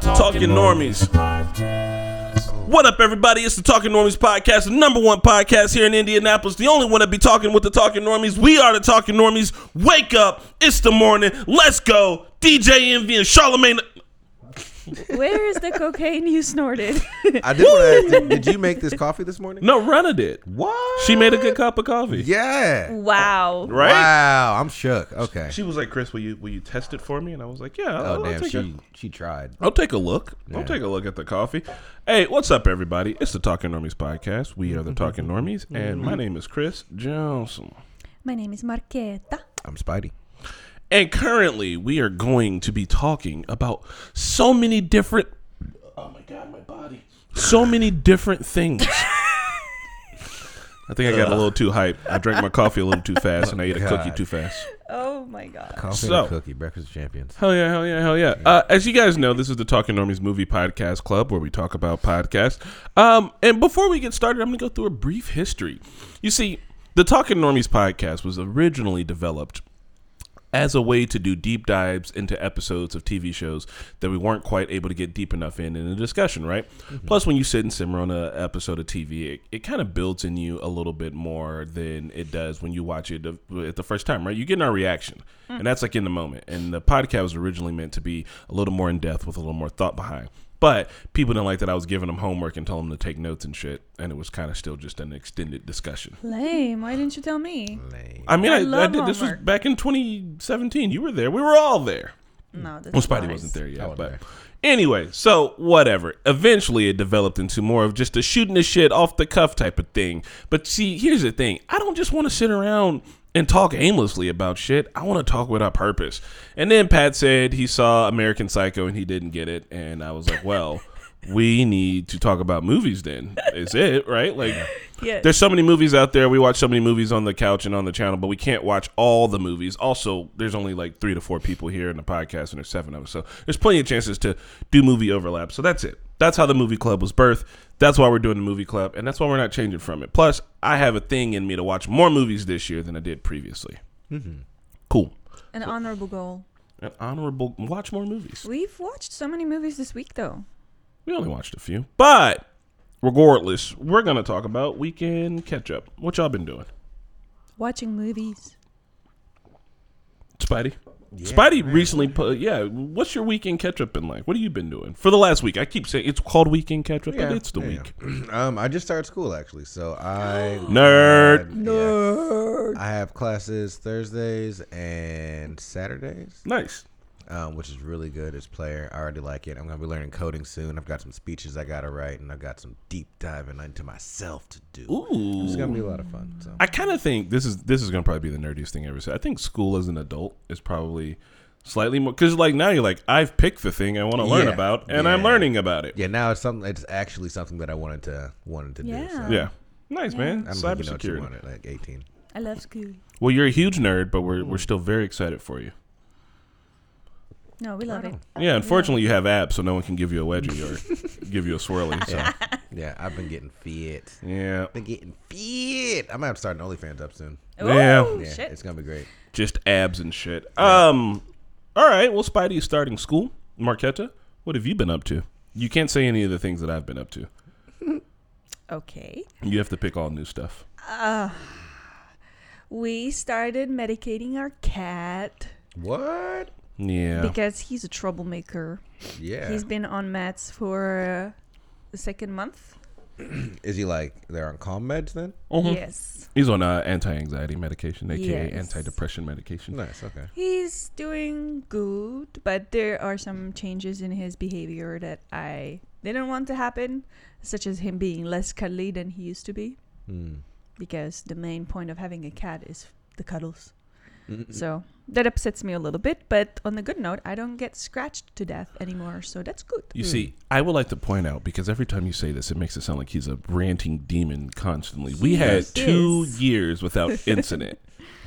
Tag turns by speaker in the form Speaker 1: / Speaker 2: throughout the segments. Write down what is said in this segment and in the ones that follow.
Speaker 1: Talking Normies. What up, everybody? It's the Talking Normies podcast, the number one podcast here in Indianapolis. The only one that be talking with the Talking Normies. We are the Talking Normies. Wake up! It's the morning. Let's go. DJ Envy and Charlemagne.
Speaker 2: Where is the cocaine you snorted?
Speaker 3: I did want to ask, did, did you make this coffee this morning?
Speaker 1: No, Rena did.
Speaker 3: What?
Speaker 1: She made a good cup of coffee.
Speaker 3: Yeah.
Speaker 2: wow.
Speaker 1: Right?
Speaker 3: Wow, I'm shook. Okay.
Speaker 1: She was like, "Chris, will you will you test it for me?" And I was like, "Yeah, I'll,
Speaker 3: oh
Speaker 1: I'll
Speaker 3: damn,
Speaker 1: take
Speaker 3: she
Speaker 1: a,
Speaker 3: she tried.
Speaker 1: I'll take a look. I'll take a look at the coffee." Hey, what's up, everybody? It's the Talking Normies podcast. We are the Talking Normies, and my name is Chris Johnson.
Speaker 2: My name is Marqueta.
Speaker 3: I'm Spidey.
Speaker 1: And currently, we are going to be talking about so many different. Oh my god, my body! So many different things. I think I got a little too hype. I drank my coffee a little too fast, and I ate a cookie
Speaker 3: God.
Speaker 1: too fast.
Speaker 2: Oh my god.
Speaker 3: Coffee
Speaker 1: So-
Speaker 3: and cookie, breakfast champions.
Speaker 1: Hell yeah, hell yeah, hell yeah. Uh, as you guys know, this is the Talking Normies Movie Podcast Club where we talk about podcasts. Um, and before we get started, I'm going to go through a brief history. You see, the Talking Normies podcast was originally developed as a way to do deep dives into episodes of TV shows that we weren't quite able to get deep enough in in a discussion, right? Plus, when you sit and simmer on an episode of TV, it, it kind of builds in you a little bit more than it does when you watch it the- at the first time, right? You get our reaction,
Speaker 2: Mm.
Speaker 1: and that's like in the moment. And the podcast was originally meant to be a little more in depth with a little more thought behind. But people didn't like that I was giving them homework and telling them to take notes and shit, and it was kind of still just an extended discussion.
Speaker 2: Lame. Why didn't you tell me?
Speaker 3: Lame.
Speaker 1: I mean,
Speaker 2: I
Speaker 1: I, I,
Speaker 2: love
Speaker 1: did. This was
Speaker 2: homework.
Speaker 1: back in 2017. You were there. We were all there.
Speaker 2: No, this
Speaker 1: Well,
Speaker 2: is
Speaker 1: Spidey
Speaker 2: lies.
Speaker 1: wasn't there yet,
Speaker 3: I wasn't
Speaker 1: but
Speaker 3: there.
Speaker 1: anyway, so whatever. Eventually, it developed into more of just a shooting the shit off the cuff type of thing. But see, here's the thing: I don't just want to sit around and talk aimlessly about shit. I want to talk with a purpose. And then Pat said he saw American Psycho and he didn't get it, and I was like, well. We need to talk about movies then. Is it, right? Like
Speaker 2: Yes.
Speaker 1: there's so many movies out there. We watch so many movies on the couch and on the channel, but we can't watch all the movies. Also, there's only like three to four people here in the podcast, and there's seven of us. So there's plenty of chances to do movie overlap. So that's it. That's how the movie club was birthed. That's why we're doing the movie club, and that's why we're not changing from it. Plus, I have a thing in me to watch more movies this year than I did previously. Cool.
Speaker 2: An honorable goal.
Speaker 1: An honorable watch more movies.
Speaker 2: We've watched so many movies this week, though.
Speaker 1: We only watched a few, but regardless, we're gonna talk about weekend catch up. What y'all been doing,
Speaker 2: Watching movies.
Speaker 1: Spidey? Spidey recently put, yeah. What's your weekend catch up been like? What have you been doing for the last week? I keep saying it's called weekend catch up,
Speaker 3: Yeah,
Speaker 1: but it's the
Speaker 3: yeah.
Speaker 1: week.
Speaker 3: um, I just started school actually, so I
Speaker 1: Nerd.
Speaker 3: Nerd. I have classes Thursdays and Saturdays,
Speaker 1: Nice.
Speaker 3: um, which is really good as player. I already like it. I'm gonna be learning coding soon. I've got some speeches I gotta write, and I've got some deep diving into myself to do. It's
Speaker 1: Ooh.
Speaker 3: gonna be a lot of fun. So.
Speaker 1: I kind of think this is this is gonna probably be the nerdiest thing I ever said. I think school as an adult is probably slightly more because like now you're like I've picked the thing I want to learn
Speaker 3: Yeah.
Speaker 1: about and I'm
Speaker 3: Yeah.
Speaker 1: learning about it.
Speaker 3: Yeah, now it's something. It's actually something that I wanted to wanted to do. So.
Speaker 2: Yeah.
Speaker 1: Yeah. Nice man.
Speaker 3: I don't think you know what you
Speaker 1: Cybersecurity.
Speaker 3: wanted, like eighteen.
Speaker 2: I love school.
Speaker 1: Well, you're a huge nerd, but we're we're still very excited for you.
Speaker 2: No, we love it.
Speaker 1: Yeah, unfortunately, you have abs, so no one can give you a wedgie or give you a swirly. So
Speaker 3: Yeah, I've been getting fit.
Speaker 1: yeah,
Speaker 3: Been getting fit. I'm gonna have to start an OnlyFans up soon.
Speaker 1: Yeah.
Speaker 2: Ooh,
Speaker 3: Yeah,
Speaker 2: Oh, shit.
Speaker 3: it's gonna be great.
Speaker 1: just abs and shit. Um, all right. Well, Spidey's starting school. Marquetta, what have you been up to? You can't say any of the things that I've been up to.
Speaker 2: Okay.
Speaker 1: You have to pick all new stuff.
Speaker 2: We started medicating our cat
Speaker 3: What?
Speaker 1: Yeah.
Speaker 2: because he's a troublemaker.
Speaker 3: Yeah.
Speaker 2: He's been on meds for uh, the second month.
Speaker 3: Is he like they're on calm meds then?
Speaker 2: Uh-huh.
Speaker 1: Mhm.
Speaker 2: Yes.
Speaker 1: He's on uh, anti-anxiety medication, aka
Speaker 2: Yes.
Speaker 1: anti-depression medication.
Speaker 3: Nice. Okay.
Speaker 2: He's doing good, but there are some changes in his behavior that I didn't want to happen, such as him being less cuddly than he used to be,
Speaker 3: Mm.
Speaker 2: because the main point of having a cat is the cuddles. So that upsets me a little bit, but on the good note, I don't get scratched to death anymore, so that's good.
Speaker 1: You see, I would like to point out because every time you say this, it makes it sound like he's a ranting demon constantly. We had
Speaker 2: Yes.
Speaker 1: two
Speaker 2: Yes.
Speaker 1: years without incident,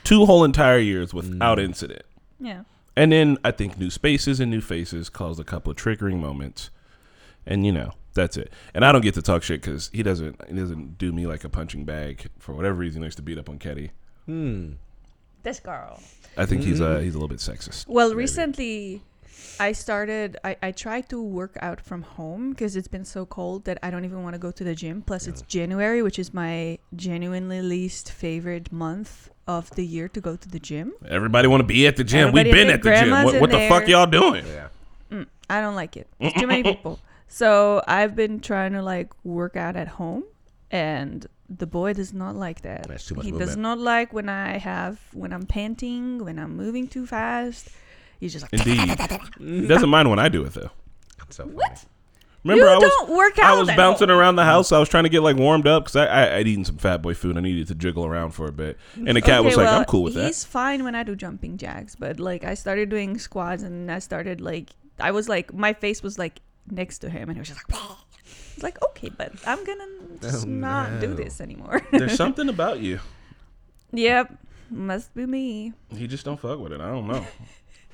Speaker 1: two whole entire years without incident.
Speaker 2: Yeah.
Speaker 1: And then I think new spaces and new faces caused a couple of triggering moments, and you know that's it. And I don't get to talk shit because he doesn't he doesn't do me like a punching bag for whatever reason. He likes to beat up on Ketty.
Speaker 3: Hmm.
Speaker 2: This girl. Mm-hmm.
Speaker 1: I think he's uh he's a little bit sexist.
Speaker 2: Well, recently I started. I, I tried to work out from home because it's been so cold that I don't even want to go to the gym. Plus, it's January, which is my genuinely least favorite month of the year to go to the gym.
Speaker 1: Everybody want to be at the gym.
Speaker 2: Everybody
Speaker 1: We've been
Speaker 2: at
Speaker 1: at the
Speaker 2: their
Speaker 1: gym.
Speaker 2: grandma's
Speaker 1: What,
Speaker 2: in
Speaker 1: what the fuck
Speaker 2: there.
Speaker 1: y'all doing?
Speaker 3: Yeah.
Speaker 2: Mm, I don't like it. It's too many people. So I've been trying to like work out at home, and the boy does not like that.
Speaker 3: That's too much
Speaker 2: he does
Speaker 3: movement.
Speaker 2: not like when I have when I'm panting, when I'm moving too fast. He's just like.
Speaker 1: Indeed. He doesn't mind when I do it though.
Speaker 3: It's so funny.
Speaker 1: Remember,
Speaker 2: you
Speaker 1: I was
Speaker 2: don't work out.
Speaker 1: I was
Speaker 2: at
Speaker 1: bouncing
Speaker 2: home.
Speaker 1: around the house. I was trying to get like warmed up because I, I I'd eaten some fat boy food. I needed to jiggle around for a bit, and the cat was
Speaker 2: Okay,
Speaker 1: like,
Speaker 2: well,
Speaker 1: "I'm cool with that."
Speaker 2: He's fine when I do jumping jacks, but like I started doing squats and I started like I was like my face was like next to him and he was just like It's like okay, but I'm gonna just
Speaker 3: Oh,
Speaker 2: not do
Speaker 3: no.
Speaker 2: this anymore.
Speaker 1: There's something about you.
Speaker 2: yep. Must be me.
Speaker 1: He just don't fuck with it. I don't know.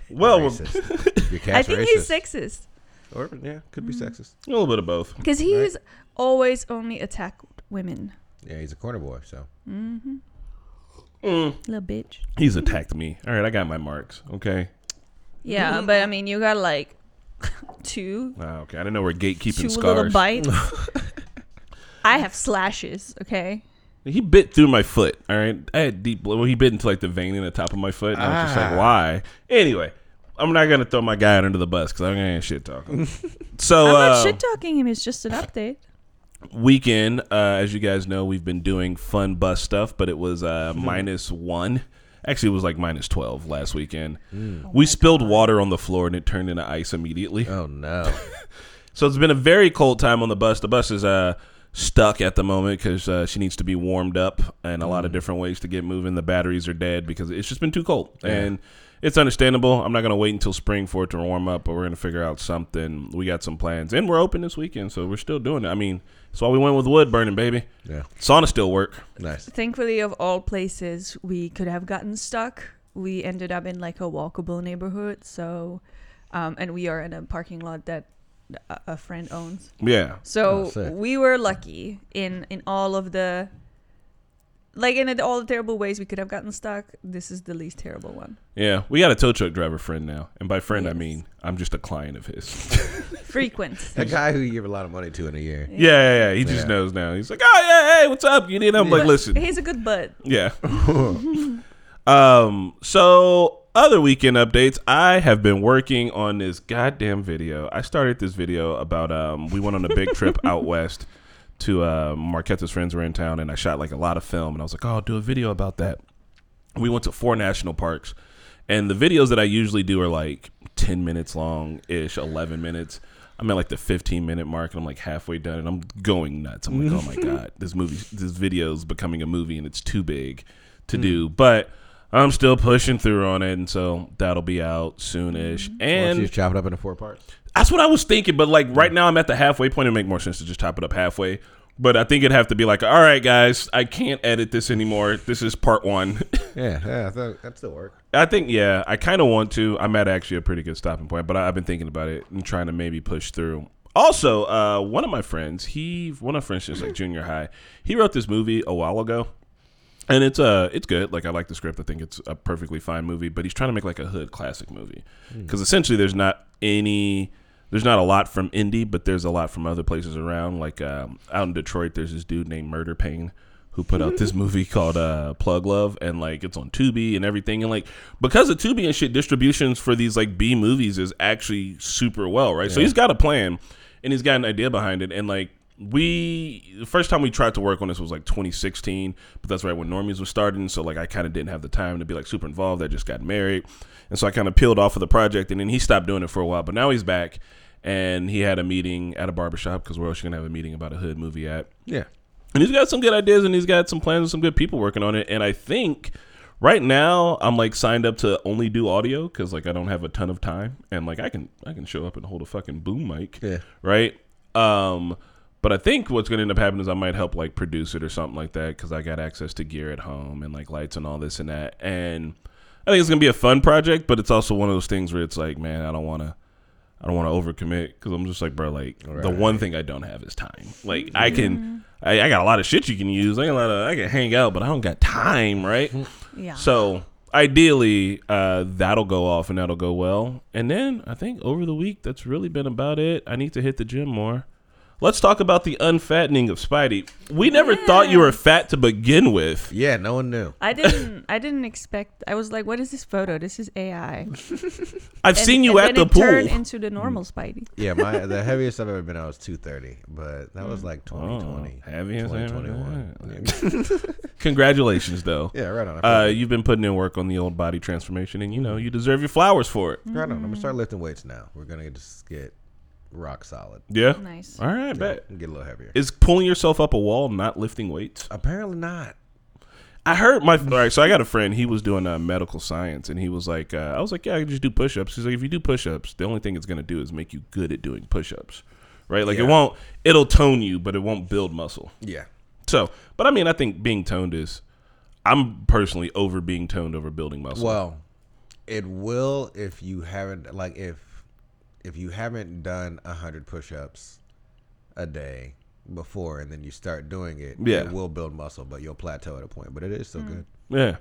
Speaker 1: Well, a
Speaker 3: Racist. Your
Speaker 2: I
Speaker 3: cat's
Speaker 2: think
Speaker 3: racist.
Speaker 2: he's sexist.
Speaker 3: Or yeah, could be sexist.
Speaker 1: mm, little bit of both.
Speaker 2: Because he's always only attacked women.
Speaker 3: Yeah, he's a corner boy. So
Speaker 2: Little bitch.
Speaker 1: He's attacked me. All right, I got my marks. Okay. Mm-hmm.
Speaker 2: Yeah, but I mean you got like two
Speaker 1: Ah, okay. I didn't know we're gatekeeping
Speaker 2: two little
Speaker 1: scars.
Speaker 2: bites. I have slashes, okay?
Speaker 1: He bit through my foot. All right, I had deep. Well, he bit into like the vein in the top of my foot, and I was just
Speaker 3: Ah.
Speaker 1: like, "Why?" Anyway, I'm not gonna throw my guy under the bus because I'm gonna shit talk him. so
Speaker 2: I'm
Speaker 1: uh,
Speaker 2: not shit talking him, it's just an update.
Speaker 1: weekend, uh, as you guys know, we've been doing fun bus stuff, but it was uh, minus one. Actually, it was like minus 12 last weekend. we spilled water on the floor and it turned into ice immediately.
Speaker 3: oh no.
Speaker 1: So it's been a very cold time on the bus. The bus is uh, stuck at the moment because uh, she needs to be warmed up and a lot of different ways to get moving. The batteries are dead because it's just been too cold. And it's understandable. I'm not going to wait until spring for it to warm up, but we're going to figure out something. We got some plans. And we're open this weekend, so we're still doing it. I mean, that's why we went with wood burning, baby.
Speaker 3: Yeah.
Speaker 1: Sauna still work.
Speaker 3: Nice.
Speaker 2: Thankfully, of all places we could have gotten stuck, we ended up in like a walkable neighborhood. So, um, and we are in a parking lot that a, a friend owns.
Speaker 1: Yeah.
Speaker 2: So
Speaker 3: Oh, sick.
Speaker 2: we were lucky in in all of the like in all the terrible ways we could have gotten stuck. This is the least terrible one
Speaker 1: Yeah. We got a tow truck driver friend now. And by friend, I
Speaker 2: Yes.
Speaker 1: mean I'm just a client of his.
Speaker 2: frequent.
Speaker 3: That guy who you give a lot of money to in a year.
Speaker 1: yeah, yeah, yeah. He just
Speaker 3: Yeah.
Speaker 1: knows now. He's like, oh, yeah, hey, what's up? You need I'm like,
Speaker 2: But
Speaker 1: listen.
Speaker 2: he's a good bud.
Speaker 1: Yeah. um. So other weekend updates. I have been working on this goddamn video. I started this video about um. We went on a big trip out west to uh, Marquetta's friends were in town, and I shot like a lot of film, and I was like, oh, I'll do a video about that. We went to four national parks, and the videos that I usually do are like ten minutes long ish, eleven minutes. I'm at like the 15 minute mark, and I'm like halfway done, and I'm going nuts. I'm like, oh my god, this movie, this video is becoming a movie, and it's too big to do. But I'm still pushing through on it, and so that'll be out soonish.
Speaker 3: Why don't
Speaker 1: And
Speaker 3: you just chop it up into four parts?
Speaker 1: that's what I was thinking, but like right now I'm at the halfway point. It'd make more sense to just chop it up halfway. But I think it'd have to be like, all right, guys, I can't edit this anymore. This is part one.
Speaker 3: Yeah, yeah, that, that still work.
Speaker 1: I think, yeah, I kind of want to. I'm at actually a pretty good stopping point, but I, I've been thinking about it and trying to maybe push through. Also, uh, one of my friends, he, one of my friends, is like junior high. He wrote this movie a while ago, and it's uh, it's good. Like I like the script. I think it's a perfectly fine movie. But he's trying to make like a hood classic movie because essentially there's not any. There's not a lot from indie, but there's a lot from other places around. Like um, out in Detroit, there's this dude named Murder Pain who put out this movie called uh, Plug Love, and like it's on Tubi and everything, and like because of Tubi and shit, distributions for these like B movies is actually super well, right? So he's got a plan, and he's got an idea behind it, and like we the first time we tried to work on this was like 2016 but that's right when normies was starting so like i kind of didn't have the time to be like super involved i just got married and so i kind of peeled off of the project and then he stopped doing it for a while but now he's back and he had a meeting at a barbershop because we're also going to have a meeting about a hood movie at
Speaker 3: Yeah.
Speaker 1: and he's got some good ideas and he's got some plans and some good people working on it. And I think right now I'm like signed up to only do audio because like I don't have a ton of time and like I can I can show up and hold a fucking boom mic.
Speaker 3: Yeah.
Speaker 1: Right. Um but I think what's going to end up happening is I might help like produce it or something like that because I got access to gear at home and like lights and all this and that. And I think it's going to be a fun project, but it's also one of those things where it's like, man, I don't want to I don't want to overcommit because I'm just like, bro, like the one thing I don't have is time. Like I can,
Speaker 2: Uh-huh.
Speaker 1: I, I got a lot of shit you can use. I got a lot of, I can hang out, but I don't got time, right?
Speaker 2: Yeah.
Speaker 1: So ideally, uh, that'll go off and that'll go well. And then I think over the week, that's really been about it. I need to hit the gym more. Let's talk about the unfattening of Spidey. We never thought you were fat to begin with.
Speaker 3: Yeah, no one knew.
Speaker 2: I didn't. I didn't expect. I was like, "What is this photo? This is AI."
Speaker 1: I've
Speaker 2: And-
Speaker 1: seen you
Speaker 2: and
Speaker 1: at
Speaker 2: then
Speaker 1: the
Speaker 2: it turned
Speaker 1: pool.
Speaker 2: into the normal Spidey.
Speaker 3: Yeah, my the heaviest I've ever been I was two thirty, but that was like twenty twenty.
Speaker 1: Oh, heavy as
Speaker 3: twenty
Speaker 1: ever.
Speaker 3: twenty one.
Speaker 1: Congratulations, though.
Speaker 3: Yeah, right on. I
Speaker 1: Uh, you've been putting in work on the old body transformation, and you know you deserve your flowers for it.
Speaker 3: Right on. I'm gonna start
Speaker 1: mm.
Speaker 3: lifting weights now. We're gonna just get rock solid.
Speaker 1: Yeah.
Speaker 2: Nice.
Speaker 1: All right, bet.
Speaker 3: Yeah, Get a little heavier.
Speaker 1: Is pulling yourself up a wall not lifting weights?
Speaker 3: Apparently not.
Speaker 1: I heard my all right. So I got a friend. He was doing uh, medical science, and he was like, uh, I was like, yeah, I can just do push-ups. He's like, if you do push-ups, the only thing it's gonna do is make you good at doing push-ups, right? Like it
Speaker 3: Yeah.
Speaker 1: won't. It'll tone you, but it won't build muscle.
Speaker 3: Yeah.
Speaker 1: So, but I mean, I think being toned is. I'm personally over being toned over building muscle.
Speaker 3: Well, it will if you haven't like if if you haven't done a hundred push-ups a day before, and then you start doing it.
Speaker 1: Yeah. Mm.
Speaker 3: It will build muscle, but you'll plateau at a point. But it is still good.
Speaker 1: Yeah.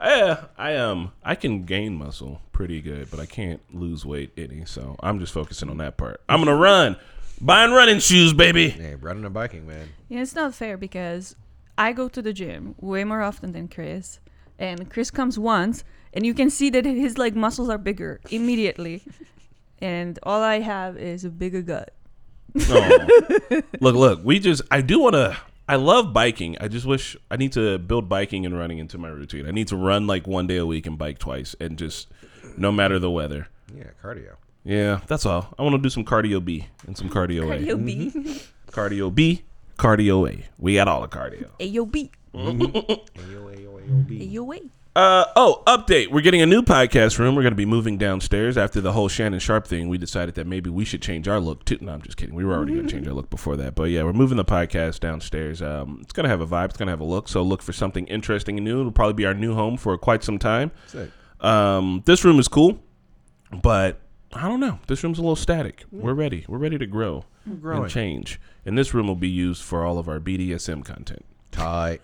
Speaker 1: Yeah, I um I can gain muscle pretty good, but I can't lose weight any. So I'm just focusing on that part. I'm gonna run, buying running shoes, baby.
Speaker 3: Hey, running and biking, man.
Speaker 2: Yeah, it's not fair because I go to the gym way more often than Chris, and Chris comes once, and you can see that his like muscles are bigger immediately, and all I have is a bigger gut.
Speaker 1: Aw. look, look, we just I do wanna. I love biking. I just wish I need to build biking and running into my routine. I need to run like one day a week and bike twice, and just no matter the weather.
Speaker 3: Yeah, cardio.
Speaker 1: Yeah, that's all. I want to do some cardio B and some cardio,
Speaker 2: Ayo B,
Speaker 1: A. Cardio B, cardio A. We got all the cardio.
Speaker 2: ayo B,
Speaker 3: Ayo, ayo, ayo, B.
Speaker 2: ayo A.
Speaker 1: Uh, oh, update. We're getting a new podcast room. We're going to be moving downstairs after the whole Shannon Sharp thing. We decided that maybe we should change our look too. No, I'm just kidding. We were already going to change our look before that. But yeah, we're moving the podcast downstairs. Um, it's going to have a vibe. It's going to have a look. So look for something interesting and new. It'll probably be our new home for quite some time.
Speaker 3: Sick.
Speaker 1: Um, this room is cool, but I don't know. This room's a little static. We're ready. We're ready to grow and
Speaker 3: growing.
Speaker 1: change. And this room will be used for all of our BDSM content.
Speaker 3: Tight.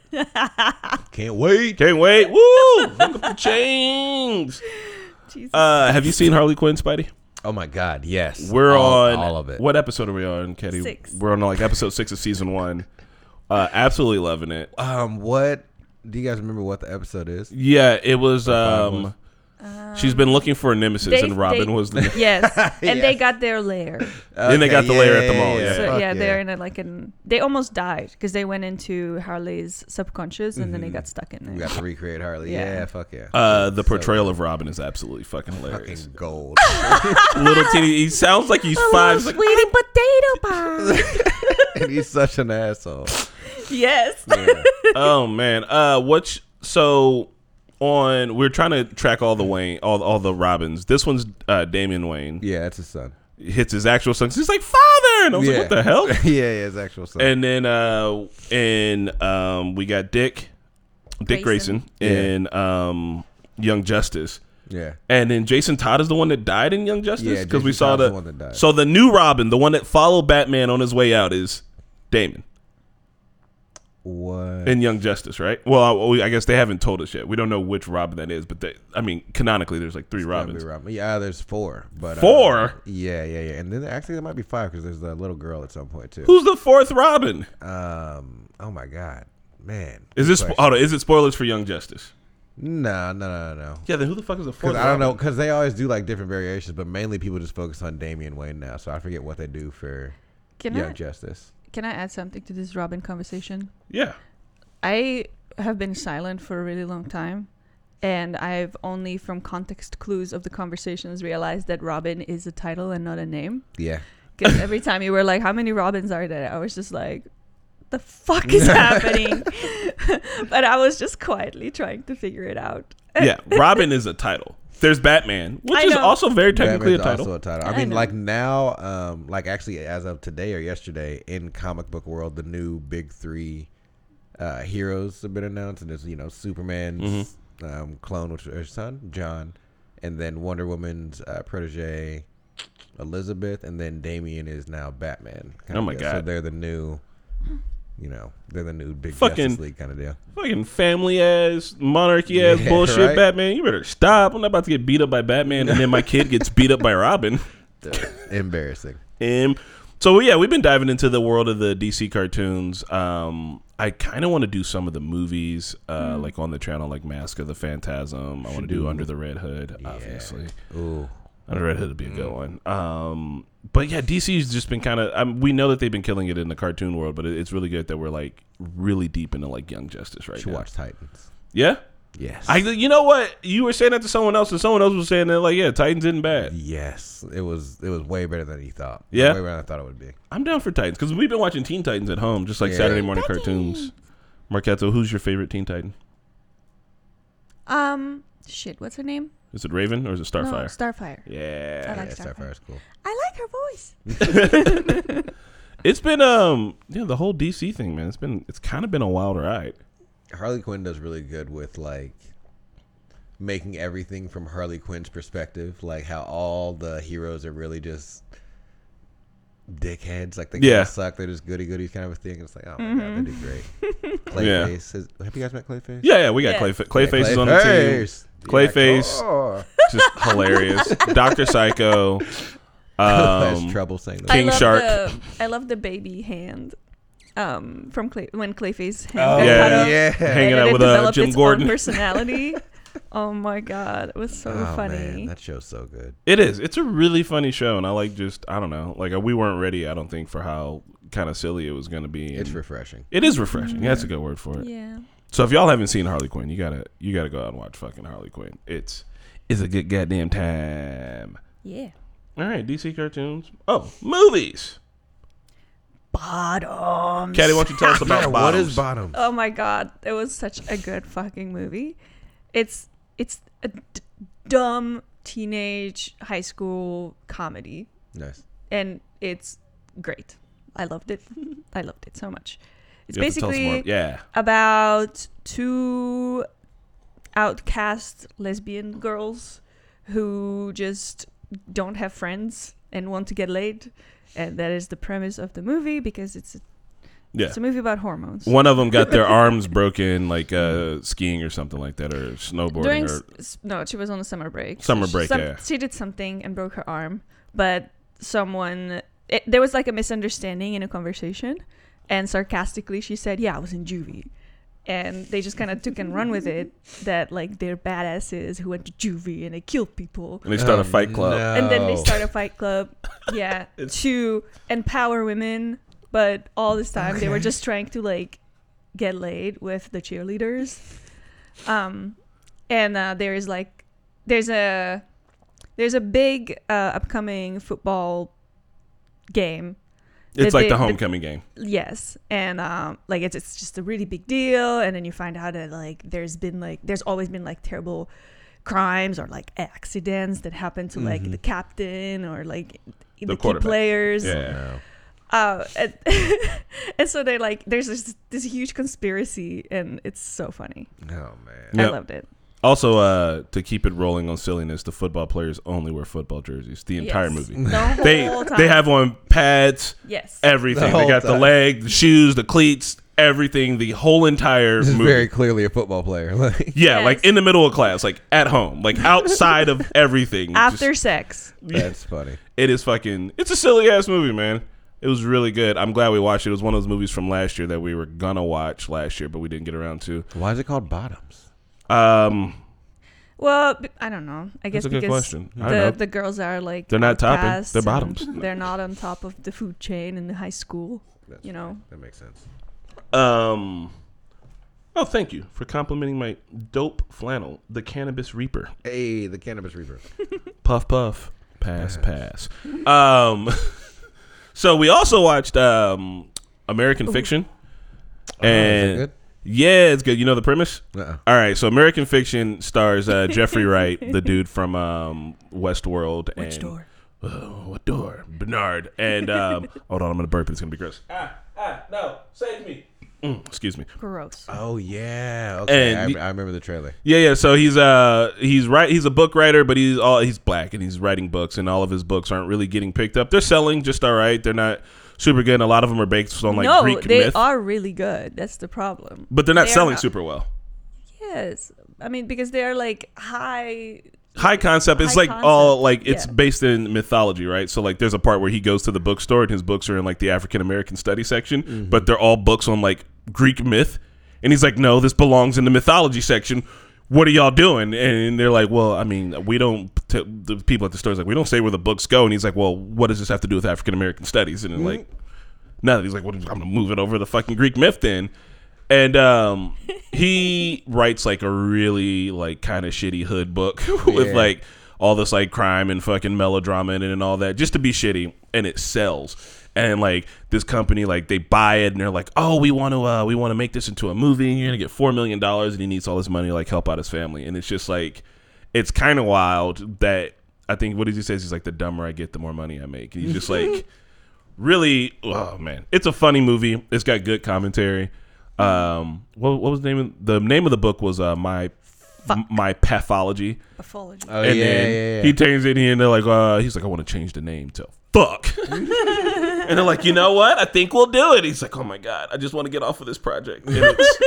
Speaker 3: Can't wait.
Speaker 1: Can't wait. Woo! Look up the chains.
Speaker 2: Jesus.
Speaker 1: Uh, have you seen Harley Quinn, Spidey?
Speaker 3: Oh my God, yes.
Speaker 1: We're
Speaker 3: all,
Speaker 1: on
Speaker 3: all of it.
Speaker 1: What episode are we on, Katie?
Speaker 2: Six.
Speaker 1: We're on like episode six of season one. Uh, absolutely loving it.
Speaker 3: Um, what do you guys remember? What the episode is?
Speaker 1: Yeah, it was. Um, she's been looking for a nemesis,
Speaker 2: they-
Speaker 1: and Robin
Speaker 2: they-
Speaker 1: was the.
Speaker 2: Yes, and they
Speaker 3: Yes.
Speaker 2: got their lair.
Speaker 1: Then they
Speaker 3: Okay,
Speaker 1: got the lair at the mall, yeah.
Speaker 2: So
Speaker 3: Fuck
Speaker 2: yeah, they're in a, like an. They almost died because they went into Harley's subconscious and then
Speaker 1: Mm-hmm.
Speaker 2: they got stuck in
Speaker 3: We
Speaker 2: there.
Speaker 3: got to recreate Harley.
Speaker 2: Yeah.
Speaker 3: Yeah, fuck yeah.
Speaker 1: Uh, the portrayal of Robin is absolutely fucking hilarious.
Speaker 3: Fucking gold.
Speaker 1: Little teeny, he sounds like he's
Speaker 2: Hello,
Speaker 1: five. He's like,
Speaker 2: sweetie potato pie.
Speaker 3: and he's such an asshole.
Speaker 2: yes.
Speaker 1: oh man, uh, what's so on? We're trying to track all the Wayne, all all the Robins. This one's uh, Damian Wayne
Speaker 3: Yeah, that's his son.
Speaker 1: hits his actual son. He's like father, and I was
Speaker 3: yeah.
Speaker 1: like, what the hell?
Speaker 3: yeah, yeah, his actual son.
Speaker 1: and then uh and um we got dick dick grayson,
Speaker 2: Grayson.
Speaker 1: and um young justice
Speaker 3: yeah.
Speaker 1: and then jason todd is the one that died in young justice
Speaker 3: Yeah,
Speaker 1: because we
Speaker 3: Jason
Speaker 1: saw
Speaker 3: Todd's
Speaker 1: the,
Speaker 3: the one that died.
Speaker 1: so the new robin the one that followed batman on his way out is damon
Speaker 3: What?
Speaker 1: in young justice right well I, we- I guess they haven't told us yet we don't know which robin that is but they i mean canonically there's like three
Speaker 3: Gotta be
Speaker 1: robins
Speaker 3: Robin. Yeah, there's four. But uh,
Speaker 1: Four?
Speaker 3: yeah, yeah, yeah. And then actually there might be five because there's the little girl at some point too.
Speaker 1: who's the fourth robin
Speaker 3: Um. Oh my God, man.
Speaker 1: is this hold on, is it spoilers for young justice
Speaker 3: No, no, no, no.
Speaker 1: yeah then who the fuck is the fourth
Speaker 3: Because I don't
Speaker 1: Robin?
Speaker 3: know, because they always do like different variations, but mainly people just focus on Damian Wayne now. So I forget what they do for
Speaker 2: Can
Speaker 3: Young
Speaker 2: I
Speaker 3: Justice.
Speaker 2: can I add something to this Robin conversation?
Speaker 1: yeah
Speaker 2: I have been silent for a really long time, and I've only from context clues of the conversations realized that Robin is a title and not a name.
Speaker 3: Yeah,
Speaker 2: Because every time you were like, "How many Robins are there?" I was just like, "The fuck is happening?" but I was just quietly trying to figure it out.
Speaker 1: yeah, Robin is a title. There's Batman, which
Speaker 2: I
Speaker 1: is
Speaker 2: know.
Speaker 1: also very technically
Speaker 3: Batman's
Speaker 1: a title.
Speaker 3: also a title.
Speaker 2: I
Speaker 3: I mean,
Speaker 2: know.
Speaker 3: like now, um, like actually as of today or yesterday in comic book world, the new big three uh, heroes have been announced, and there's you know Superman's
Speaker 1: Mm-hmm.
Speaker 3: um, clone, which is her son John, and then Wonder Woman's uh, protege Elizabeth, and then Damian is now Batman.
Speaker 1: Oh my
Speaker 3: So
Speaker 1: God.
Speaker 3: they're the new you know, they're the new big
Speaker 1: Fucking-
Speaker 3: Justice League kind of deal.
Speaker 1: Fucking family ass, monarchy ass
Speaker 3: Yeah,
Speaker 1: bullshit,
Speaker 3: right.
Speaker 1: Batman. You better stop. I'm not about to get beat up by Batman and then my kid gets beat up by Robin.
Speaker 3: Embarrassing.
Speaker 1: Um, so yeah, we've been diving into the world of the DC cartoons. Um, I kind of want to do some of the movies, uh,
Speaker 2: Hmm.
Speaker 1: like on the channel, like Mask of the Phantasm. I want to do Under the Red Hood, obviously.
Speaker 3: Ooh.
Speaker 1: Under the Red Hood would be a good one.
Speaker 3: Mm-hmm.
Speaker 1: Um, but yeah, DC's just been kind of. Um, we know that they've been killing it in the cartoon world, but it, it's really good that we're like really deep into like Young Justice right
Speaker 3: Should
Speaker 1: now.
Speaker 3: watch Titans.
Speaker 1: Yeah.
Speaker 3: Yes.
Speaker 1: I, you know what? You were saying that to someone else, and someone else was saying that, like, yeah, Titans isn't bad.
Speaker 3: yes. It was it was way better than you thought.
Speaker 1: Yeah?
Speaker 3: Way better than I thought it would be.
Speaker 1: I'm down for Titans because we've been watching Teen Titans at home, just like
Speaker 3: Yeah.
Speaker 1: Saturday morning cartoons. Marquetto, who's your favorite Teen Titan?
Speaker 2: Um, shit, what's her name?
Speaker 1: Is it Raven or is it
Speaker 2: No,
Speaker 1: Starfire?
Speaker 2: Starfire.
Speaker 1: yeah,
Speaker 2: I like
Speaker 3: yeah,
Speaker 2: Starfire.
Speaker 3: Starfire is cool.
Speaker 2: I like her voice.
Speaker 1: it's been um, yeah, the whole DC thing, man. It's been it's kind of been a wild ride.
Speaker 3: Harley Quinn does really good with like making everything from Harley Quinn's perspective, like how all the heroes are really just dickheads, like they
Speaker 1: Yeah.
Speaker 3: yeah. suck, they're just goody goodies kind of a thing. It's like, oh my god, they do great.
Speaker 2: Mm-hmm.
Speaker 1: Yeah.
Speaker 3: Clayface, is, have you guys met Clayface?
Speaker 1: Yeah, yeah, we got
Speaker 2: Yeah.
Speaker 1: Clayfa- Clayface is on the team.
Speaker 3: Clayface.
Speaker 1: Clayface.
Speaker 3: Yeah, oh.
Speaker 1: Just hilarious. Doctor Psycho.
Speaker 3: That's
Speaker 1: Um,
Speaker 3: trouble saying
Speaker 1: King
Speaker 2: I love
Speaker 1: Shark.
Speaker 2: The, I love the baby hand. Um, from Clay, when Clayface hand
Speaker 1: Oh,
Speaker 2: got
Speaker 1: yeah.
Speaker 2: cut off,
Speaker 3: yeah.
Speaker 1: Hanging
Speaker 2: and
Speaker 1: out
Speaker 2: it
Speaker 1: with, uh,
Speaker 2: developed
Speaker 1: Jim
Speaker 2: its
Speaker 1: Gordon.
Speaker 2: Own personality. oh my god, it was so
Speaker 3: Oh,
Speaker 2: funny.
Speaker 3: that show's so good.
Speaker 1: It is. It's a really funny show, and I like just I don't know. Like uh, we weren't ready, I don't think, for how kind of silly it was going to be. and
Speaker 3: It's refreshing.
Speaker 1: it is refreshing. That's a good word for it.
Speaker 2: yeah.
Speaker 1: So if y'all haven't seen Harley Quinn, you gotta you gotta go out and watch fucking Harley Quinn. It's it's a good goddamn time.
Speaker 2: Yeah.
Speaker 1: All right, DC cartoons. Oh, movies.
Speaker 2: Bottoms.
Speaker 1: Caddy, why don't you tell us about
Speaker 3: what
Speaker 1: Bottoms?
Speaker 3: is bottom?
Speaker 2: Oh my god, it was such a good fucking movie. It's it's a d- dumb teenage high school comedy,
Speaker 3: Nice.
Speaker 2: and it's great. I loved it. I loved it so much. It's
Speaker 1: You have to tell us more.
Speaker 2: basically
Speaker 1: yeah.
Speaker 2: about two outcast lesbian girls who just don't have friends and want to get laid. And that is the premise of the movie because it's a,
Speaker 1: Yeah.
Speaker 2: it's a movie about hormones.
Speaker 1: One of them got their arms broken, like uh, skiing or something like that, or snowboarding,
Speaker 2: During
Speaker 1: or
Speaker 2: s- s- no, she was on a summer break. so
Speaker 1: Summer
Speaker 2: she-
Speaker 1: break, yeah.
Speaker 2: She did something and broke her arm, but someone it, there was like a misunderstanding in a conversation, and sarcastically she said, "Yeah, I was in juvie," and they just kind of took and run with it that like they're badasses who went to juvie and they killed people,
Speaker 1: and they start
Speaker 3: Oh,
Speaker 1: a fight club.
Speaker 2: and then they
Speaker 3: No.
Speaker 2: start a fight club, yeah, to empower women, but all this time they were just trying to like get laid with the cheerleaders. Um, and uh, there is like there's a there's a big uh, upcoming football game.
Speaker 1: It's
Speaker 2: the-
Speaker 1: like the
Speaker 2: the- the-
Speaker 1: homecoming game.
Speaker 2: Yes, and um, like it's it's just a really big deal, and then you find out that like there's been like there's always been like terrible crimes or like accidents that happen to like the captain or like the, key
Speaker 1: Mm-hmm. quarterback.
Speaker 2: players.
Speaker 1: Yeah.
Speaker 2: Uh, and, and so they're like there's this this huge conspiracy, and it's so funny.
Speaker 3: No. Oh man.
Speaker 1: Yeah.
Speaker 2: I loved it.
Speaker 1: Also, uh, to keep it rolling on silliness, the football players only wear football jerseys the entire
Speaker 2: Yes.
Speaker 1: movie.
Speaker 2: The whole
Speaker 1: They
Speaker 2: time.
Speaker 1: they have on pads,
Speaker 2: yes.
Speaker 1: everything.
Speaker 3: The
Speaker 1: they
Speaker 3: whole
Speaker 1: got the
Speaker 3: time.
Speaker 1: leg, the shoes, the cleats, everything. The whole entire
Speaker 3: This is
Speaker 1: movie.
Speaker 3: very clearly a football player. Like
Speaker 1: yeah,
Speaker 2: Yes.
Speaker 1: like in the middle of class, like at home, like outside of everything.
Speaker 2: After
Speaker 1: Just-
Speaker 2: sex,
Speaker 3: that's funny.
Speaker 1: it is fucking. It's a silly ass movie, man. It was really good. I'm glad we watched it. It was one of those movies from last year that we were gonna watch last year, but we didn't get around to.
Speaker 3: Why is it called bottoms?
Speaker 1: Um,
Speaker 2: well, b- I don't know. I guess
Speaker 1: a good
Speaker 2: because
Speaker 1: question. I
Speaker 2: the
Speaker 1: don't know.
Speaker 2: the girls are like
Speaker 1: They're not topping.
Speaker 2: outcasts
Speaker 1: They're
Speaker 2: and
Speaker 1: bottoms.
Speaker 2: They're not on top of the food chain in the high school.
Speaker 3: That's
Speaker 2: You know,
Speaker 3: That makes sense.
Speaker 1: um. Oh, thank you for complimenting my dope flannel, the Cannabis Reaper.
Speaker 3: Hey, the cannabis rebirth.
Speaker 1: Puff puff. Pass pass. Um So we also watched um American Fiction.
Speaker 3: Oh, is it
Speaker 1: And
Speaker 3: good?
Speaker 1: yeah, it's good. You know the premise?
Speaker 3: Uh-uh.
Speaker 1: All right, so American Fiction stars uh, Jeffrey Wright, the dude from um, Westworld. and,
Speaker 2: door?
Speaker 1: Oh, what door? Bernard. And um, hold on, I'm gonna burp. It's gonna be gross. Ah, ah, no, save me. Mm, excuse me.
Speaker 2: gross.
Speaker 3: Oh yeah.
Speaker 1: And
Speaker 3: Okay. I,
Speaker 1: the-
Speaker 3: I remember the trailer.
Speaker 1: Yeah, yeah. So he's uh he's right he's a book writer, but he's all he's black and he's writing books, and all of his books aren't really getting picked up. They're selling just all right. They're not super good. And a lot of them are based on like
Speaker 2: no,
Speaker 1: Greek
Speaker 2: they
Speaker 1: myth,
Speaker 2: are really good. That's the problem.
Speaker 1: but they're not
Speaker 2: they are
Speaker 1: selling
Speaker 2: not.
Speaker 1: super well.
Speaker 2: Yes, I mean because they are like high.
Speaker 1: High concept. It's
Speaker 2: High
Speaker 1: like all
Speaker 2: concept,
Speaker 1: like it's
Speaker 2: yeah.
Speaker 1: based in mythology, right? So like there's a part where he goes to the bookstore and his books are in like the African American study section, but they're all books on like Greek myth. And he's like, "No, this belongs in the mythology section. What are y'all doing?" And they're like, "Well, I mean, we don't t- the people at the store's like, "We don't say where the books go." And he's like, "Well, what does this have to do with African American studies?" And like now that he's like, well, I'm gonna move it over to the fucking Greek myth then. And um, he writes like a really like kind of shitty hood book with
Speaker 3: Yeah.
Speaker 1: like all this like crime and fucking melodrama in it and all that just to be shitty, and it sells. And like this company, like they buy it and they're like, oh, we want to uh, we want to make this into a movie. You're gonna get four million dollars, and he needs all this money to like help out his family. And it's just like, it's kind of wild that I think what does he says he's like the dumber I get, the more money I make. And he's just like really oh man it's a funny movie it's got good commentary um what, what was the name of the name of the book was uh my
Speaker 2: Fuck.
Speaker 1: my pathology
Speaker 2: Pathology.
Speaker 3: Oh
Speaker 1: and
Speaker 3: yeah,
Speaker 1: then
Speaker 3: yeah, yeah.
Speaker 1: he turns it in and they're like uh he's like i want to change the name to fuck and they're like you know what i think we'll do it he's like oh my god i just want to get off of this project And it's,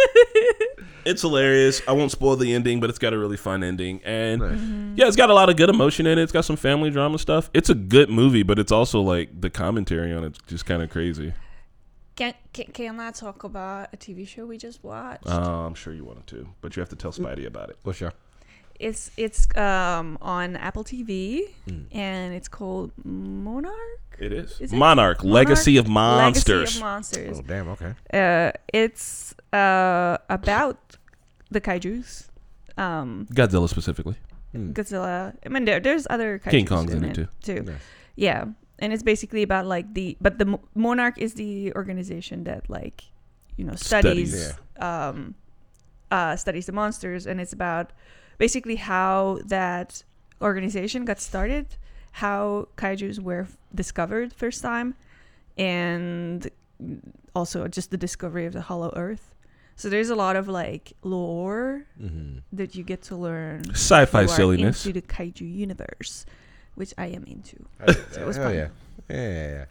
Speaker 1: it's hilarious i won't spoil the ending but it's got a really fun ending and
Speaker 3: Nice.
Speaker 2: Mm-hmm.
Speaker 1: yeah it's got a lot of good emotion in it it's got some family drama stuff it's a good movie but it's also like the commentary on it's just kind of crazy
Speaker 2: Can, can can I talk about a TV show we just watched?
Speaker 1: Uh, I'm sure you wanted to, but you have to tell Spidey about it.
Speaker 3: What's your?
Speaker 2: It's it's um on Apple TV
Speaker 1: Hmm.
Speaker 2: and it's called Monarch.
Speaker 1: It is,
Speaker 2: Is it?
Speaker 1: Monarch, Legacy of Monsters.
Speaker 2: Legacy of Monsters.
Speaker 3: Oh damn. Okay.
Speaker 2: Uh, it's uh about the kaiju's, um,
Speaker 1: Godzilla specifically.
Speaker 2: Godzilla. I mean, there, there's other kaijus
Speaker 1: King Kong's in it, too.
Speaker 2: Too.
Speaker 3: Nice.
Speaker 2: Yeah, and it's basically about like the but the Mo- Monarch is the organization that like you know
Speaker 1: Studies.
Speaker 2: studies um uh studies the monsters and it's about basically how that organization got started, how kaiju's were f- discovered first time and also just the discovery of the hollow earth. So there's a lot of like lore
Speaker 3: Mm-hmm.
Speaker 2: that you get to learn if
Speaker 1: Sci-fi
Speaker 2: you are
Speaker 1: silliness.
Speaker 2: into the kaiju universe, which I am into.
Speaker 3: Hell
Speaker 2: was
Speaker 3: yeah.
Speaker 2: fun.
Speaker 3: yeah. Yeah. Yeah. yeah.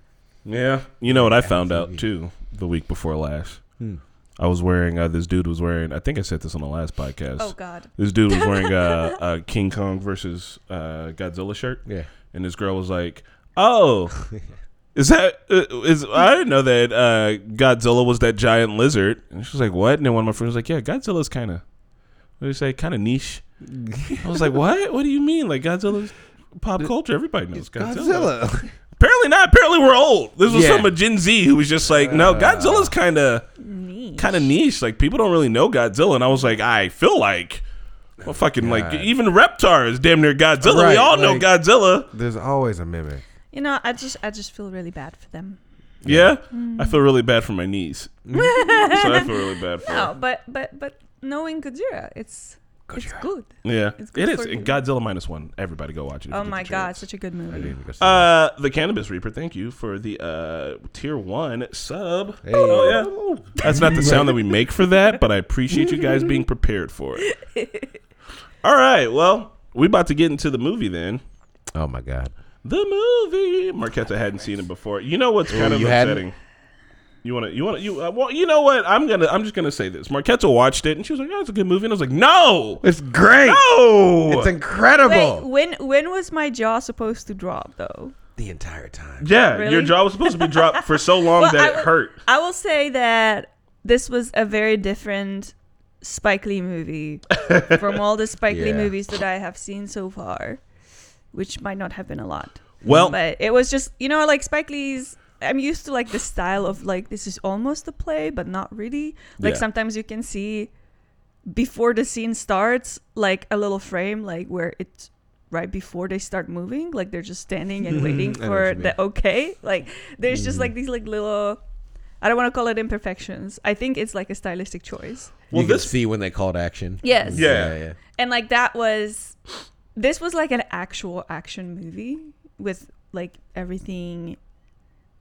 Speaker 1: Yeah, you know what I found out
Speaker 3: TV.
Speaker 1: too the week before last.
Speaker 3: Hmm.
Speaker 1: I was wearing uh, this dude was wearing. I think I said this on the last podcast.
Speaker 2: Oh God.
Speaker 1: This dude was wearing a, a King Kong versus uh, Godzilla shirt,
Speaker 3: Yeah.
Speaker 1: and this girl was like, "Oh." Is that uh, is I didn't know that uh, Godzilla was that giant lizard, and she was like, "What?" And then one of my friends was like, "Yeah, Godzilla's kind of, what do you say, kind of niche." I was like, "What? What do you mean? Like Godzilla's pop culture? Everybody knows Godzilla.
Speaker 3: Godzilla.
Speaker 1: Apparently not. Apparently we're old. This was
Speaker 3: Yeah.
Speaker 1: from a Gen Z who was just like,
Speaker 3: Uh,
Speaker 1: no, Godzilla's kind of
Speaker 2: Neat.
Speaker 1: kind of niche. Like people don't really know Godzilla." And I was like, "I feel like." Well, fucking like
Speaker 3: God.
Speaker 1: even Reptar is damn near Godzilla. we
Speaker 3: Right,
Speaker 1: all know
Speaker 3: like-
Speaker 1: Godzilla.
Speaker 3: There's always a mimic.
Speaker 2: You know, I just I just feel really bad for them.
Speaker 1: Yeah, I feel really bad for my knees. so I feel really bad for.
Speaker 2: No, but but but knowing Godzilla, it's it's good.
Speaker 1: Yeah,
Speaker 2: It's good
Speaker 1: it is.
Speaker 2: for you.
Speaker 1: And Godzilla minus one. Everybody go watch it. if
Speaker 2: Oh
Speaker 1: you get
Speaker 2: my
Speaker 1: the
Speaker 2: God,
Speaker 1: chance.
Speaker 2: such a good
Speaker 3: I
Speaker 2: movie.
Speaker 3: didn't even go see that.
Speaker 1: Uh, the Cannabis Reaper. Thank you for the uh tier one sub.
Speaker 3: Hey.
Speaker 1: Oh yeah, that's not the sound that we make for that, but I appreciate you guys being prepared for it. All right, well, we about to get into the movie then.
Speaker 3: Oh my god.
Speaker 1: The movie. Marquetta hadn't seen it before. You know what's kind of
Speaker 3: you hadn't?
Speaker 1: upsetting. You want to, you want to, you, uh, well, you know what? I'm gonna, I'm just gonna say this. Marquetta watched it and she was like, "Oh, it's a good movie," and I was like, "No,
Speaker 3: It's great.
Speaker 1: no,
Speaker 3: It's incredible.
Speaker 2: Wait, when when was my jaw supposed to drop though?
Speaker 3: The entire time.
Speaker 1: Yeah, your
Speaker 2: Really?
Speaker 1: jaw was supposed to be dropped for so long
Speaker 2: Well,
Speaker 1: that
Speaker 2: I
Speaker 1: it
Speaker 2: would-
Speaker 1: hurt.
Speaker 2: I will say that this was a very different Spike Lee movie from all the Spike Lee
Speaker 3: Yeah.
Speaker 2: movies that I have seen so far, which might not have been a lot.
Speaker 1: Well-
Speaker 2: but it was just you know like Spike Lee's. I'm used to like the style of like this is almost a play, but not really. Like
Speaker 1: Yeah.
Speaker 2: sometimes you can see before the scene starts like a little frame like where it's right before they start moving like they're just standing and waiting
Speaker 3: I know what
Speaker 2: for
Speaker 3: you Mm-hmm.
Speaker 2: the okay like there's just like these like little i don't want to call it imperfections i think it's like a stylistic choice
Speaker 1: Well,
Speaker 3: you can
Speaker 1: this-
Speaker 3: see when they called action.
Speaker 2: Yes.
Speaker 1: Yeah.
Speaker 3: yeah.
Speaker 2: and like that was this was like an actual action movie with like everything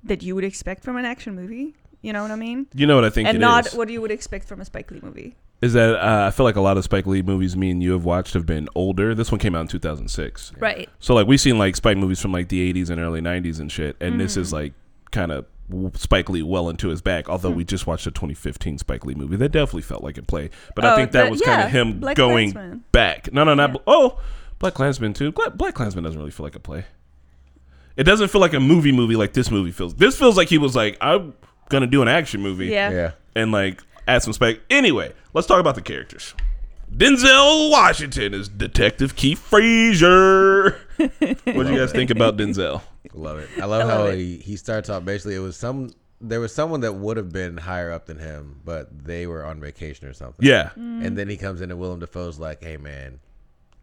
Speaker 2: that you would expect from an action movie you know what i mean
Speaker 1: You know what I think it
Speaker 2: and not
Speaker 1: is?
Speaker 2: what you would expect from a spike lee movie
Speaker 1: Is that uh, I feel like a lot of Spike Lee movies me and you have watched have been older. This one came out in 2006,
Speaker 2: right Mm-hmm.
Speaker 1: so like we've seen like Spike movies from like the 80s and early 90s and shit, and this is like kind of w- Spike Lee well into his bag. Although we
Speaker 2: Hmm.
Speaker 1: just watched a 2015 Spike Lee movie that definitely felt like a play, but I
Speaker 2: Oh,
Speaker 1: think that
Speaker 2: the-
Speaker 1: was kind
Speaker 2: yeah,
Speaker 1: of him
Speaker 2: Black
Speaker 1: going
Speaker 2: Klansman.
Speaker 1: back. No, no, not
Speaker 2: Yeah.
Speaker 1: Bl- oh, Black Klansman too. Black, Black Klansman doesn't really feel like a play. It doesn't feel like a movie movie like this movie feels. This feels like he was like, I'm gonna do an action movie
Speaker 2: Yeah.
Speaker 3: Yeah.
Speaker 1: and like add some spec. Anyway, let's talk about the characters. Denzel Washington is Detective Keith Frazier. what do you guys think about Denzel?
Speaker 3: Love it. I love,
Speaker 2: I
Speaker 3: how
Speaker 2: love it.
Speaker 3: He, he starts off basically it was some there was someone that would have been higher up than him, but they were on vacation or something.
Speaker 1: Yeah,
Speaker 2: Mm.
Speaker 3: And then he comes in and Willem Dafoe's like, "Hey man,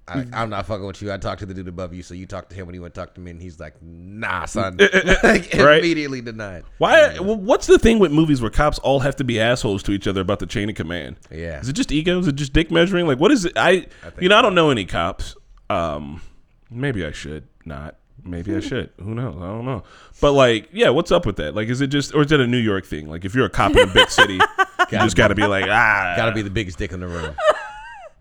Speaker 3: I,
Speaker 1: Mm.
Speaker 3: I'm not fucking with you. I talked to the dude above you, so you talked to him when he went talk to me." And he's like, "Nah, son." like,
Speaker 1: Right.
Speaker 3: Immediately denied.
Speaker 1: Why? well, What's the thing with movies where cops all have to be assholes to each other about the chain of command?
Speaker 3: Yeah.
Speaker 1: Is it just ego? Is it just dick measuring? Like, what is it? I, you know, I don't know any cops. Um, maybe I should not. Maybe I should. Who knows? I don't know. But like, yeah, what's up with that? Like, is it just, or is it a New York thing? Like, if you're a cop in a big city, you just got to be like, ah,
Speaker 3: Got to be the biggest dick in the room.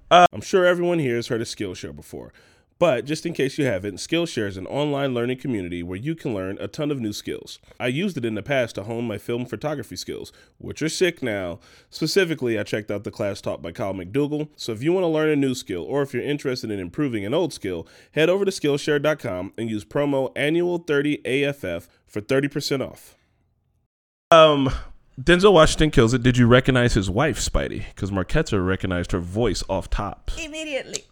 Speaker 1: I'm sure everyone here has heard of Skillshare before, but just in case you haven't, Skillshare is an online learning community where you can learn a ton of new skills. I used it in the past to hone my film photography skills, which are sick now. Specifically, I checked out the class taught by Kyle McDougall. So if you want to learn a new skill or if you're interested in improving an old skill, head over to Skillshare.com and use promo annual30AFF for 30% off. Um, Denzel Washington kills it. Did you recognize his wife, Spidey? Because Marquetta recognized her voice off top.
Speaker 2: Immediately.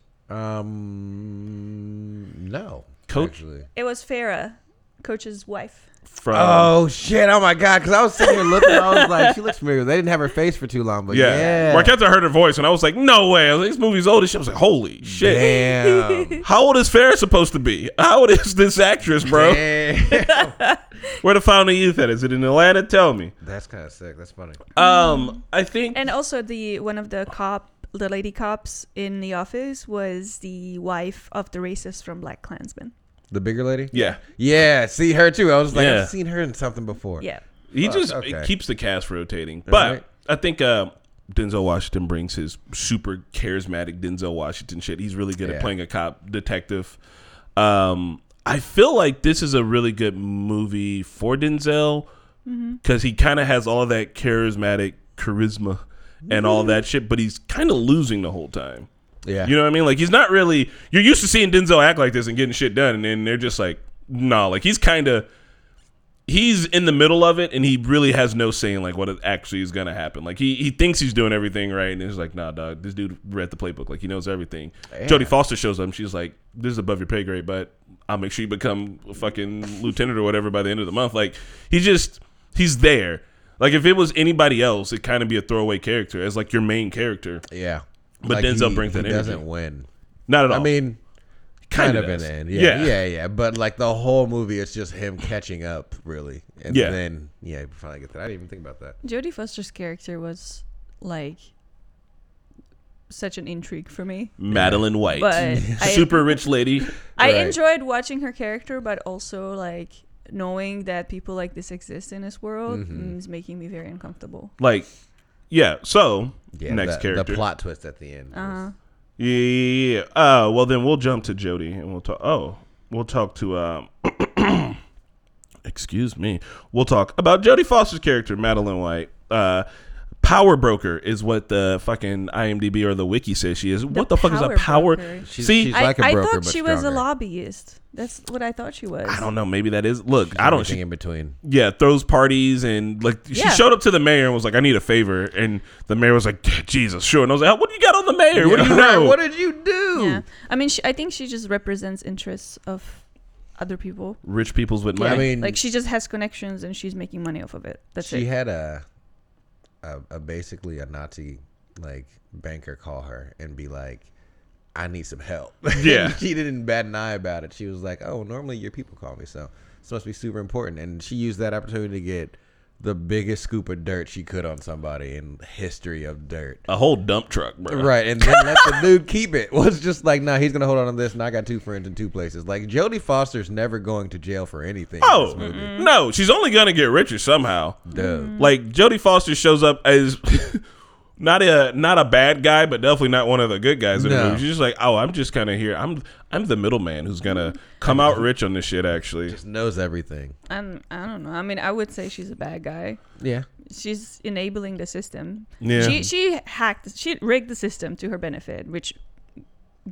Speaker 3: Um, no,
Speaker 1: Coach?
Speaker 3: Actually.
Speaker 2: It was Farah, coach's wife.
Speaker 1: From
Speaker 3: Oh shit! Oh my god! Because I was sitting here looking, I was like, "She looks familiar." They didn't have her face for too long, but
Speaker 1: yeah.
Speaker 3: yeah,
Speaker 1: Marquetta heard her voice, and I was like, "No way! I was like, this movie's old." as shit. I was like, "Holy shit!
Speaker 3: Damn.
Speaker 1: How old is Farrah supposed to be? How old is this actress, bro?
Speaker 3: Damn.
Speaker 1: Where the Fountain of Youth at? Is it in Atlanta? Tell me."
Speaker 3: That's kind of sick. That's funny.
Speaker 1: Um, I think
Speaker 2: And also the one of the cop the lady cops in the office was the wife of the racist from Black Klansman.
Speaker 3: The bigger lady.
Speaker 1: yeah.
Speaker 3: Yeah, see her too. I was like,
Speaker 1: Yeah.
Speaker 3: I've seen her in something before.
Speaker 2: Yeah.
Speaker 1: He
Speaker 3: Fuck,
Speaker 1: just
Speaker 3: okay.
Speaker 1: it keeps the cast rotating. But
Speaker 3: right.
Speaker 1: I think uh, Denzel Washington brings his super charismatic Denzel Washington shit. He's really good at
Speaker 3: Yeah.
Speaker 1: playing a cop detective. Um, I feel like this is a really good movie for Denzel because he kind of has all that charismatic charisma and all that shit, but he's kind of losing the whole time.
Speaker 3: yeah.
Speaker 1: You know what I mean? Like he's not really. You're used to seeing Denzel act like this and getting shit done, and then they're just like, nah. Like he's kind of, he's in the middle of it, and he really has no say in like what it actually is gonna happen. Like he he thinks he's doing everything right, and it's like, nah, dog. This dude read the playbook. Like he knows everything. Jodie Foster shows up, and she's like, this is above your pay grade, but I'll make sure you become a fucking lieutenant or whatever by the end of the month. Like he just he's there. Like if it was anybody else, it'd kind of be a throwaway character as like your main character.
Speaker 3: yeah.
Speaker 1: But Denzel
Speaker 3: he,
Speaker 1: brings that
Speaker 3: he
Speaker 1: energy.
Speaker 3: doesn't win.
Speaker 1: Not at all.
Speaker 3: I mean, kind
Speaker 1: Kinda
Speaker 3: of in
Speaker 1: does.
Speaker 3: the end.
Speaker 1: Yeah.
Speaker 3: Yeah, yeah, yeah, But like the whole movie, it's just him catching up, really. And
Speaker 1: Yeah.
Speaker 3: then yeah, you finally get that. I didn't even think about that.
Speaker 2: Jodie Foster's character was like such an intrigue for me.
Speaker 1: Madeline White,
Speaker 2: But I-
Speaker 1: super rich lady.
Speaker 2: I
Speaker 3: Right.
Speaker 2: enjoyed watching her character, but also like knowing that people like this exist in this world
Speaker 3: Mm-hmm.
Speaker 2: is making me very uncomfortable.
Speaker 1: Like, yeah. So
Speaker 3: Yeah,
Speaker 1: next
Speaker 3: the,
Speaker 1: character.
Speaker 3: The plot twist at the end. was-
Speaker 1: Yeah, yeah, yeah. Uh, well, then we'll jump to Jody and we'll talk. Oh, we'll talk to. Um, excuse me. We'll talk about Jodie Foster's character, Madeline White. Uh, power broker is what the fucking IMDb or the wiki says she is. what the fuck is a
Speaker 2: power
Speaker 1: power?
Speaker 2: broker.
Speaker 3: She's-
Speaker 1: See,
Speaker 3: she's
Speaker 2: I,
Speaker 3: like a
Speaker 2: I
Speaker 3: broker,
Speaker 2: thought
Speaker 3: but
Speaker 2: she was a
Speaker 3: stronger.
Speaker 2: lobbyist. That's what I thought she was.
Speaker 1: I don't know. Maybe that is. Look, I don't.
Speaker 3: Everything
Speaker 1: She,
Speaker 3: in between.
Speaker 1: yeah, throws parties and like she
Speaker 2: Yeah.
Speaker 1: showed up to the mayor and was like, "I need a favor," and the mayor was like, "Jesus, sure." And I was like, "What do you got on the mayor? What do you
Speaker 3: Right,
Speaker 1: know?"
Speaker 3: What did you do?
Speaker 2: Yeah, I mean, she, I think she just represents interests of other people.
Speaker 1: Rich people's with money.
Speaker 3: I mean,
Speaker 2: Like she just has connections and she's making money off of it. That's
Speaker 3: she
Speaker 2: it.
Speaker 3: had a, a, a basically a Nazi like banker call her and be like, "I need some help."
Speaker 1: Yeah.
Speaker 3: she didn't bat an eye about it. She was like, "Oh, normally your people call me, so this must be super important." And she used that opportunity to get the biggest scoop of dirt she could on somebody in history of dirt.
Speaker 1: a whole dump truck, bro.
Speaker 3: Right, and then let the dude keep it. Was just like, nah, he's gonna hold on to this, and I got two friends in two places. Like Jodie Foster's never going to jail for anything. in
Speaker 1: Oh
Speaker 3: this movie.
Speaker 2: Mm-hmm.
Speaker 1: no, she's only gonna get richer somehow.
Speaker 3: Duh.
Speaker 1: Like Jodie Foster shows up as not a not a bad guy, but definitely not one of the good guys in the
Speaker 3: No.
Speaker 1: movie. She's just like, oh, I'm just kind of here. I'm I'm the middleman who's gonna come out rich on this shit. Actually,
Speaker 3: Just knows everything.
Speaker 2: I'm, I don't know. I mean, I would say she's a bad guy.
Speaker 3: Yeah.
Speaker 2: She's enabling the system.
Speaker 1: Yeah.
Speaker 2: She she hacked. She rigged the system to her benefit, which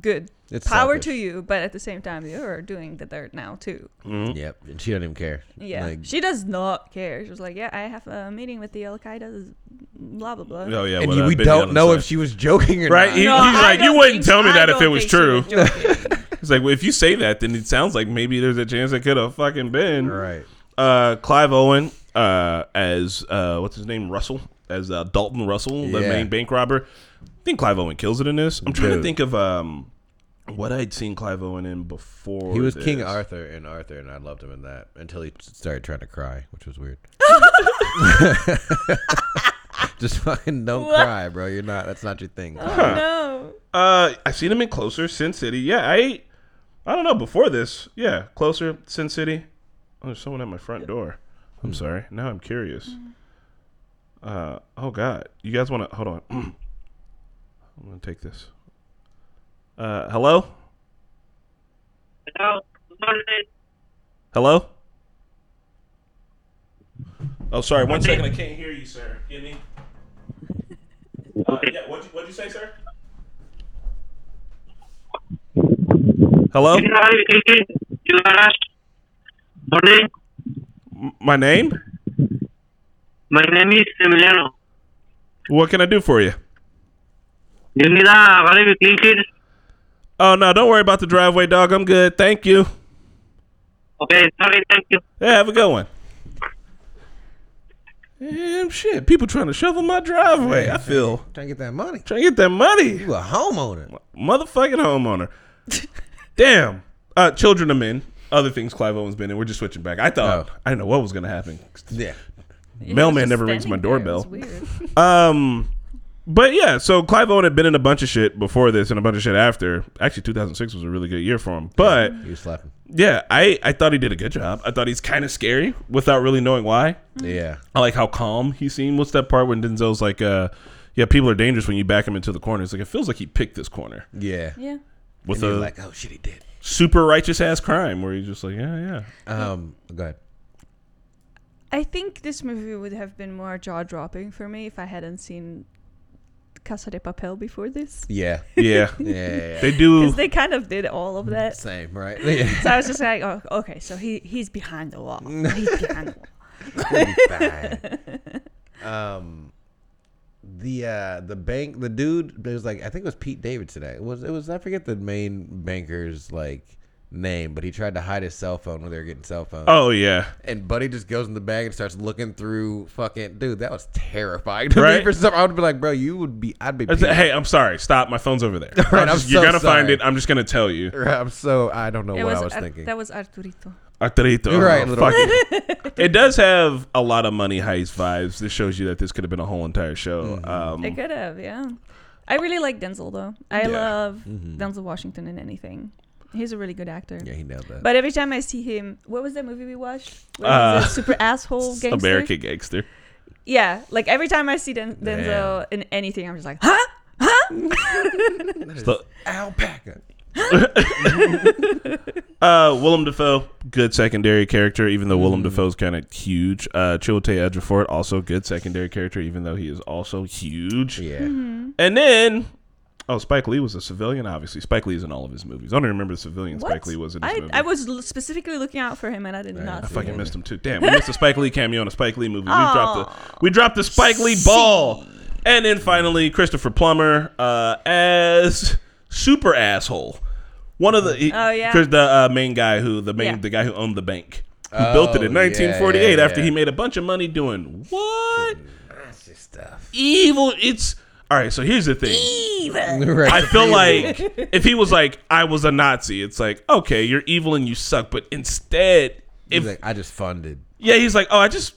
Speaker 2: good
Speaker 3: It's
Speaker 2: power
Speaker 3: selfish.
Speaker 2: to you. But at the same time, you're doing the dirt now too.
Speaker 3: Yep. And she do not even care.
Speaker 2: Yeah.
Speaker 3: Like,
Speaker 2: she does not care. She was like, yeah, I have a meeting with the Al Qaeda. Blah blah blah.
Speaker 1: oh yeah,
Speaker 3: and
Speaker 1: what
Speaker 3: you-
Speaker 1: I've
Speaker 3: we
Speaker 1: been down
Speaker 3: don't know
Speaker 1: inside.
Speaker 3: if she was joking or
Speaker 1: Right?
Speaker 3: not.
Speaker 1: He- he's
Speaker 2: I
Speaker 1: like, you
Speaker 2: don't
Speaker 1: wouldn't
Speaker 2: think-
Speaker 1: tell me
Speaker 2: I
Speaker 1: that if
Speaker 2: don't
Speaker 1: it was
Speaker 2: think she
Speaker 1: true.
Speaker 2: was joking.
Speaker 1: It's like, well, if you say that, then it sounds like maybe there's a chance it could have fucking been.
Speaker 3: Right.
Speaker 1: Uh, Clive Owen uh, as uh, what's his name? Russell as uh, Dalton Russell, the
Speaker 3: Yeah.
Speaker 1: main bank robber. I think Clive Owen kills it in this. I'm trying to
Speaker 3: Dude.
Speaker 1: think of um, what I'd seen Clive Owen in before.
Speaker 3: He was
Speaker 1: this.
Speaker 3: King Arthur in Arthur, and I loved him in that until he started trying to cry, which was weird. Just fucking don't cry, bro. You're not. That's not your thing.
Speaker 2: Oh, no.
Speaker 1: Uh, I've seen him in Closer, Sin City. Yeah, I, I don't know. Before this, yeah, Closer, Sin City. Oh, there's someone at my front door. I'm sorry. Now I'm curious. Uh, oh God, you guys want to hold on? I'm gonna take this. Uh, hello,
Speaker 4: Hello. What is it?
Speaker 1: hello. Oh, sorry. One second, I can't hear you, sir. Give me. Uh, yeah, what'd you, what'd you say, sir? Hello,
Speaker 4: You are speaking. You are asked. What is it?
Speaker 1: M- my name.
Speaker 4: My name is Emiliano.
Speaker 1: What can I do for you?
Speaker 4: You need a very big kid.
Speaker 1: Oh no, don't worry about the driveway, dog. I'm good. Thank you.
Speaker 4: Okay, sorry, thank you.
Speaker 1: Yeah, have a good one. Damn shit. People trying to shovel my driveway. I feel
Speaker 3: Trying to get that money.
Speaker 1: trying to get that money.
Speaker 3: You a homeowner?
Speaker 1: Motherfucking homeowner. Damn. Uh Children of Men. Other things Clive Owen's been in. We're just switching back. I thought
Speaker 3: Oh.
Speaker 1: I didn't know what was gonna happen.
Speaker 3: Yeah.
Speaker 2: He was
Speaker 1: Mailman
Speaker 2: just
Speaker 1: never rings my
Speaker 2: standing there. It was
Speaker 1: doorbell.
Speaker 2: weird.
Speaker 1: Um but yeah, so Clive Owen had been in a bunch of shit before this and a bunch of shit after. Actually, 2006 was a really good year for him. But
Speaker 3: You slapping?
Speaker 1: Yeah, I, I thought he did a good job. I thought he's kind of scary without really knowing why.
Speaker 2: Mm-hmm.
Speaker 3: Yeah.
Speaker 1: I like how calm he seemed. What's that part when Denzel's like, uh, yeah, people are dangerous when you back him into the corner. It's like, it feels like he picked this corner
Speaker 3: Yeah.
Speaker 2: Yeah.
Speaker 1: with
Speaker 3: You're
Speaker 1: a
Speaker 3: like, oh shit, he did.
Speaker 1: super righteous ass crime where he's just like, yeah, yeah.
Speaker 3: Um, go ahead.
Speaker 2: I think this movie would have been more jaw dropping for me if I hadn't seen Casa de Papel before this.
Speaker 3: Yeah.
Speaker 1: Yeah.
Speaker 3: Yeah. yeah, yeah.
Speaker 1: they do.
Speaker 2: Because they kind of did all of that.
Speaker 3: Same, right? Yeah.
Speaker 2: So I was just like, oh, okay, so he he's behind the wall. He's behind the wall.
Speaker 3: We'll be fine. um, the uh, the bank, the dude, it was like I think it was Pete Davidson. It was it was I forget the main banker's like name, but he tried to hide his cell phone when they were getting cell phones.
Speaker 1: oh, yeah.
Speaker 3: And Buddy just goes in the bag and starts looking through fucking dude. That was terrifying to
Speaker 1: Right?
Speaker 3: me. For some, I would be like, bro, you would be. I'd be.
Speaker 1: I said,
Speaker 3: pissed.
Speaker 1: hey, I'm sorry. Stop. My phone's over there. I'm
Speaker 3: I'm
Speaker 1: just- you're
Speaker 3: so
Speaker 1: going to find
Speaker 3: sorry.
Speaker 1: it. I'm just going to tell you.
Speaker 3: I'm so I don't know
Speaker 2: It
Speaker 3: what
Speaker 2: was
Speaker 3: I was
Speaker 2: Ar-
Speaker 3: thinking.
Speaker 2: That was Arturito.
Speaker 1: Arturito.
Speaker 3: You're right,
Speaker 1: Oh,
Speaker 3: little-
Speaker 1: fuck it. it does have a lot of money heist vibes. This shows you that this could have been a whole entire
Speaker 3: Mm-hmm.
Speaker 1: show. Um,
Speaker 2: It could have, yeah. I really like Denzel though. I
Speaker 1: Yeah. Mm-hmm.
Speaker 2: love Denzel Washington in anything. He's a really good actor.
Speaker 3: yeah, he nailed that.
Speaker 2: But every time I see him, what was that movie we watched? Where
Speaker 1: Uh,
Speaker 2: he's a super asshole gangster.
Speaker 1: American gangster.
Speaker 2: Yeah, like every time I see Den- Denzel in anything, I'm just like, huh?
Speaker 1: So,
Speaker 3: Alpaca.
Speaker 1: uh, Willem Dafoe, good secondary character, even though Willem Dafoe's kind of huge. Uh, Chiwetel Ejiofor, also good secondary character, even though he is also huge.
Speaker 3: Yeah.
Speaker 2: Mm-hmm.
Speaker 1: And then, oh, Spike Lee was a civilian. Obviously, Spike Lee is in all of his movies. I don't remember the civilian
Speaker 2: What?
Speaker 1: Spike Lee was in his
Speaker 2: I,
Speaker 1: movie.
Speaker 2: I was l- specifically looking out for him, and I did not.
Speaker 1: I
Speaker 2: see
Speaker 1: fucking
Speaker 2: him.
Speaker 1: missed him too. Damn, we missed a Spike Lee cameo in a Spike Lee movie. We
Speaker 2: Aw.
Speaker 1: dropped the we dropped the Spike Lee ball. And then finally, Christopher Plummer uh, as super asshole. One of the he-
Speaker 2: Oh, yeah.
Speaker 1: Chris- the uh, main guy who the main
Speaker 2: Yeah.
Speaker 1: the guy who owned the bank who built it in
Speaker 3: Oh, yeah,
Speaker 1: 1948
Speaker 3: yeah,
Speaker 1: after
Speaker 3: yeah.
Speaker 1: he made a bunch of money doing what
Speaker 3: That's just stuff.
Speaker 1: evil? It's all right. So here's the thing.
Speaker 3: right.
Speaker 1: I feel like if he was like, I was a Nazi, it's like, okay, you're evil and you suck. But instead,
Speaker 3: He's
Speaker 1: if
Speaker 3: like, I just funded.
Speaker 1: yeah, he's like, oh, I just,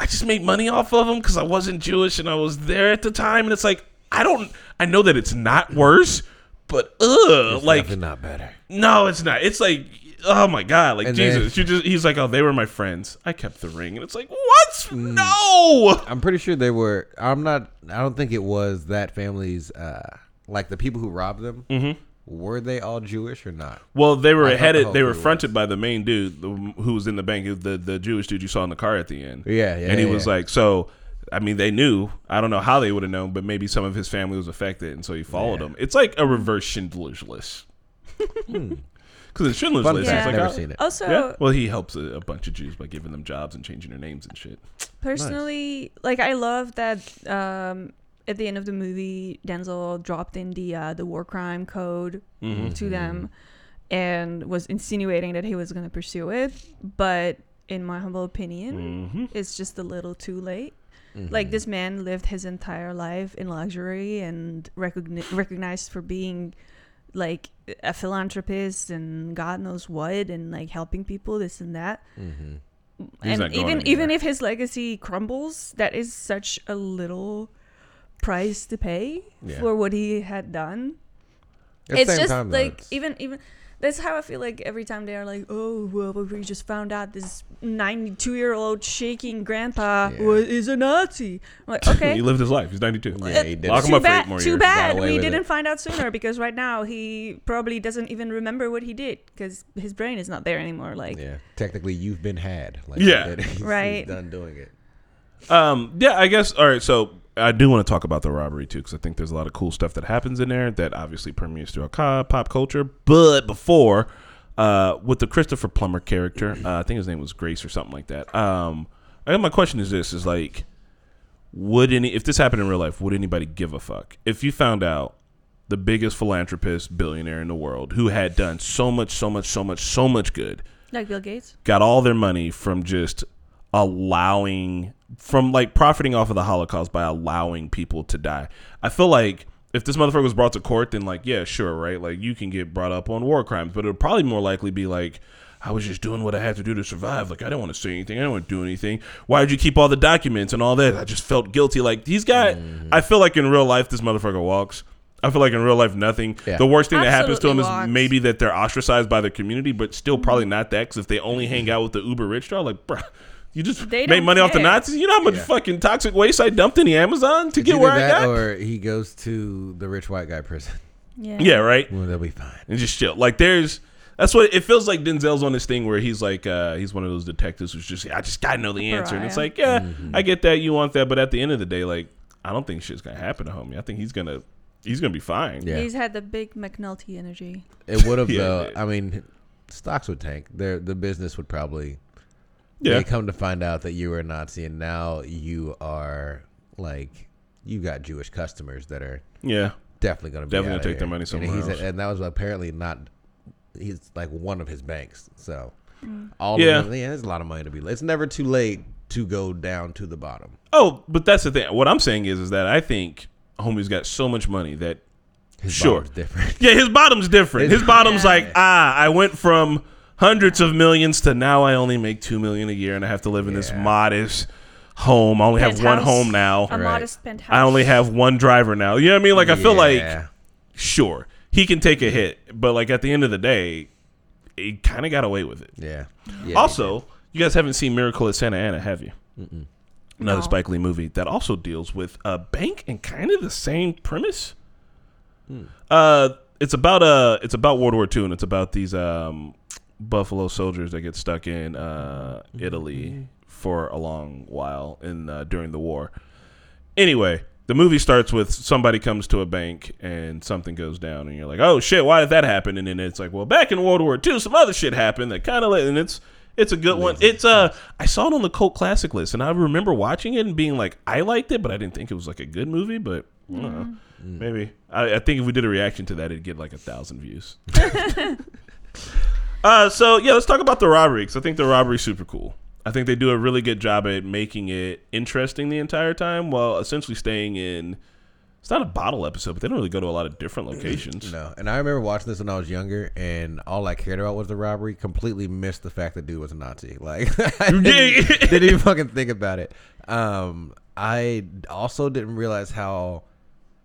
Speaker 1: I just made money off of him because I wasn't Jewish and I was there at the time, and it's like, I don't, I know that it's not worse, but ugh, like,
Speaker 3: Definitely not better.
Speaker 1: no, it's not. It's like, oh my god, like
Speaker 3: And
Speaker 1: Jesus, you just he's like, oh, they were my friends. I kept the ring, and it's like, what? No,
Speaker 3: I'm pretty sure they were. I'm not. I don't think it was that family's. Uh, like the people who robbed them,
Speaker 1: Mm-hmm.
Speaker 3: were they all Jewish or not?
Speaker 1: Well, they were
Speaker 3: I
Speaker 1: headed.
Speaker 3: hope
Speaker 1: They were
Speaker 3: it was.
Speaker 1: fronted by the main dude the- who was in the bank, who- the the Jewish dude you saw in the car at the end.
Speaker 3: Yeah, yeah,
Speaker 1: And he
Speaker 3: yeah,
Speaker 1: was
Speaker 3: yeah.
Speaker 1: like, so. I mean, they knew. I don't know how they would have known, but maybe some of his family was affected, and so he followed him. It's like a reverse Schindler's List. Because in Schindler's
Speaker 3: Hmm. Fun
Speaker 1: List,
Speaker 3: fact,
Speaker 1: it's like,
Speaker 3: never
Speaker 1: oh,
Speaker 3: seen it.
Speaker 2: Also,
Speaker 1: yeah. Well, he helps a, a bunch of Jews by giving them jobs and changing their names and shit.
Speaker 2: personally, like I love that um, at the end of the movie, Denzel dropped in the uh, the war crime code
Speaker 1: Mm-hmm.
Speaker 2: to them, and was insinuating that he was going to pursue it. But in my humble opinion,
Speaker 1: Mm-hmm.
Speaker 2: it's just a little too late. Like this man lived his entire life in luxury and recogni- recognized for being like a philanthropist and God knows what and like helping people this and that
Speaker 1: Mm-hmm.
Speaker 2: Mm,
Speaker 1: He's not going
Speaker 2: and even
Speaker 1: anywhere.
Speaker 2: even if his legacy crumbles, that is such a little price to pay
Speaker 3: Yeah.
Speaker 2: for what he had done.
Speaker 3: At the
Speaker 2: it's
Speaker 3: same
Speaker 2: just
Speaker 3: time, though,
Speaker 2: like e-
Speaker 3: it's-
Speaker 2: even even that's how I feel like every time they are like, oh well, we just found out this ninety-two year old shaking grandpa
Speaker 3: Yeah.
Speaker 2: wa- is a Nazi. I'm like okay,
Speaker 1: he lived his life. He's 92.
Speaker 3: Yeah, he did.
Speaker 1: Lock him
Speaker 2: too
Speaker 1: up for eight
Speaker 2: bad.
Speaker 1: more
Speaker 2: Too
Speaker 1: years.
Speaker 2: bad
Speaker 3: away
Speaker 2: we
Speaker 3: with it.
Speaker 2: didn't find out sooner because right now he probably doesn't even remember what he did because his brain is not there anymore. Like
Speaker 3: Yeah, technically you've been had. Like,
Speaker 1: Yeah.
Speaker 3: that he's- he's
Speaker 2: Right.
Speaker 3: done doing it.
Speaker 1: Um, yeah, I guess. All right, so I do want to talk about the robbery too, because I think there's a lot of cool stuff that happens in there that obviously permeates throughout co- pop culture. But before, uh, with the Christopher Plummer character, uh, I think his name was Grace or something like that. Um, I guess my question is this: is like, would any if this happened in real life, would anybody give a fuck if you found out? The biggest philanthropist billionaire in the world who had done so much, so much, so much, so much good
Speaker 2: like Bill Gates.
Speaker 1: got all their money from just allowing from like profiting off of the holocaust by allowing people to die i feel like if this motherfucker was brought to court then like yeah sure right like you can get brought up on war crimes but it would probably more likely be like i was just doing what i had to do to survive like i didn't want to say anything i didn't want to do anything why did you keep all the documents and all that i just felt guilty like he's got i feel like in real life this motherfucker walks i feel like in real life nothing
Speaker 3: Yeah.
Speaker 1: the worst thing that happens to him
Speaker 2: Absolutely
Speaker 1: is
Speaker 2: walks.
Speaker 1: maybe maybe that they're ostracized by their community, but still probably not that. Because if they only
Speaker 3: Mm-hmm.
Speaker 1: hang out with the uber rich, they're like, bruh, you just
Speaker 2: They
Speaker 1: made
Speaker 2: don't
Speaker 1: money off the
Speaker 2: care.
Speaker 1: Nazis. You know how much
Speaker 3: Yeah.
Speaker 1: fucking toxic waste I dumped in the Amazon to
Speaker 3: It's
Speaker 1: get
Speaker 3: either
Speaker 1: where I
Speaker 3: that
Speaker 1: got.
Speaker 3: or he goes to the rich white guy prison.
Speaker 2: Yeah.
Speaker 1: yeah, right.
Speaker 3: Well, they'll be fine.
Speaker 1: and just chill. Like there's that's what it feels like. Denzel's on this thing where he's like uh, he's one of those detectives who's just I just gotta know the answer, and it's
Speaker 2: pariah.
Speaker 1: like yeah,
Speaker 3: Mm-hmm.
Speaker 1: I get that you want that, but at the end of the day, like I don't think shit's gonna happen to homie. I think he's gonna he's gonna be fine.
Speaker 3: Yeah.
Speaker 2: He's had the big McNulty energy.
Speaker 3: It would have
Speaker 1: Yeah,
Speaker 3: though.
Speaker 1: dude.
Speaker 3: I mean, stocks would tank. Their the business would probably.
Speaker 1: Yeah.
Speaker 3: They come to find out that you were a Nazi, and now you are like you got Jewish customers that are
Speaker 1: yeah.
Speaker 3: definitely going to be
Speaker 1: Definitely
Speaker 3: outta
Speaker 1: take their
Speaker 3: here.
Speaker 1: money
Speaker 3: And
Speaker 1: somewhere
Speaker 3: he's-
Speaker 1: else.
Speaker 3: and that was apparently not. He's like one of his banks, so all
Speaker 1: Yeah.
Speaker 3: of them, yeah, there's a lot of money to be. It's never too late to go down to the bottom.
Speaker 1: Oh, but that's the thing. What I'm saying is, is that I think homie's got so much money that
Speaker 3: His
Speaker 1: Sure.
Speaker 3: bottom's different.
Speaker 1: yeah, his bottom's different. His bottom's like ah, I went from hundreds of millions to now I only make two million a year, and I have to live in this
Speaker 3: Yeah.
Speaker 1: modest home. I only have one
Speaker 2: Penthouse.
Speaker 1: home now.
Speaker 2: A modest penthouse.
Speaker 1: I only have one driver now. You know what I mean? Like I feel like
Speaker 3: Yeah.
Speaker 1: sure he can take a hit, but like at the end of the day, he kind of got away with it.
Speaker 3: yeah, yeah.
Speaker 1: Also, you guys haven't seen Miracle at Santa Ana, have you? Another
Speaker 2: No.
Speaker 1: Spike Lee movie that also deals with a bank and kind of the same premise. Uh, it's about uh, it's about World War II, and it's about these um, Buffalo soldiers that get stuck in uh, Italy for a long while in uh, during the war. Anyway, the movie starts with somebody comes to a bank and something goes down, and you're like, "Oh shit, why did that happen?" And then it's like, "Well, back in World War II, some other shit happened that kind of," and it's it's a good one. It's uh, I saw it on the cult classic list, and I remember watching it and being like, "I liked it, but I didn't think it was like a good movie." But I don't know, maybe I, I think if we did a reaction to that, it'd get like a thousand views. Uh, so yeah, let's talk about the robbery because I think the robbery's super cool. I think they do a really good job at making it interesting the entire time, while essentially staying in. It's not a bottle episode, but they don't really go to a lot of different locations.
Speaker 3: No, and I remember watching this when I was younger, and all I cared about was the robbery. Completely missed the fact that dude was a Nazi. Like, I
Speaker 1: Yeah.
Speaker 3: didn't, didn't even fucking think about it. Um, I also didn't realize how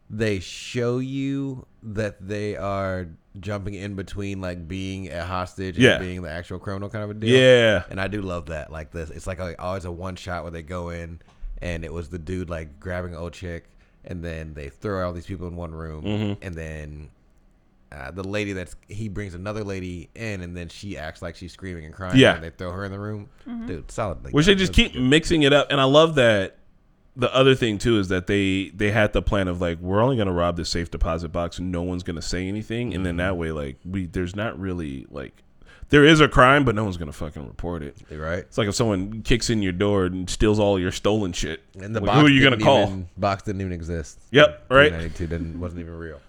Speaker 3: they show you that they are jumping in between like being a hostage and
Speaker 1: Yeah.
Speaker 3: being the actual criminal kind of a deal.
Speaker 1: Yeah.
Speaker 3: And I do love that. Like this, it's like a, always a one shot where they go in, and it was the dude like grabbing an old chick, and then they throw all these people in one room,
Speaker 1: Mm-hmm.
Speaker 3: and then uh, the lady that's he brings another lady in, and then she acts like she's screaming and crying.
Speaker 1: Yeah.
Speaker 3: and they throw her in the room. Dude, solid. Like,
Speaker 1: Which
Speaker 3: that
Speaker 1: they just
Speaker 3: was
Speaker 1: keep
Speaker 3: good.
Speaker 1: mixing it up, and I love that. The other thing too is that they they had the plan of like we're only gonna rob the safe deposit box, and no one's gonna say anything, and
Speaker 3: Mm-hmm.
Speaker 1: then that way like we there's not really like there is a crime, but no one's gonna fucking report it.
Speaker 3: right.
Speaker 1: It's like if someone kicks in your door and steals all your stolen shit,
Speaker 3: And the
Speaker 1: Like,
Speaker 3: box
Speaker 1: who are you gonna
Speaker 3: didn't
Speaker 1: call?
Speaker 3: Even, box didn't even exist.
Speaker 1: Yep, right.
Speaker 3: 1992 didn't wasn't even real.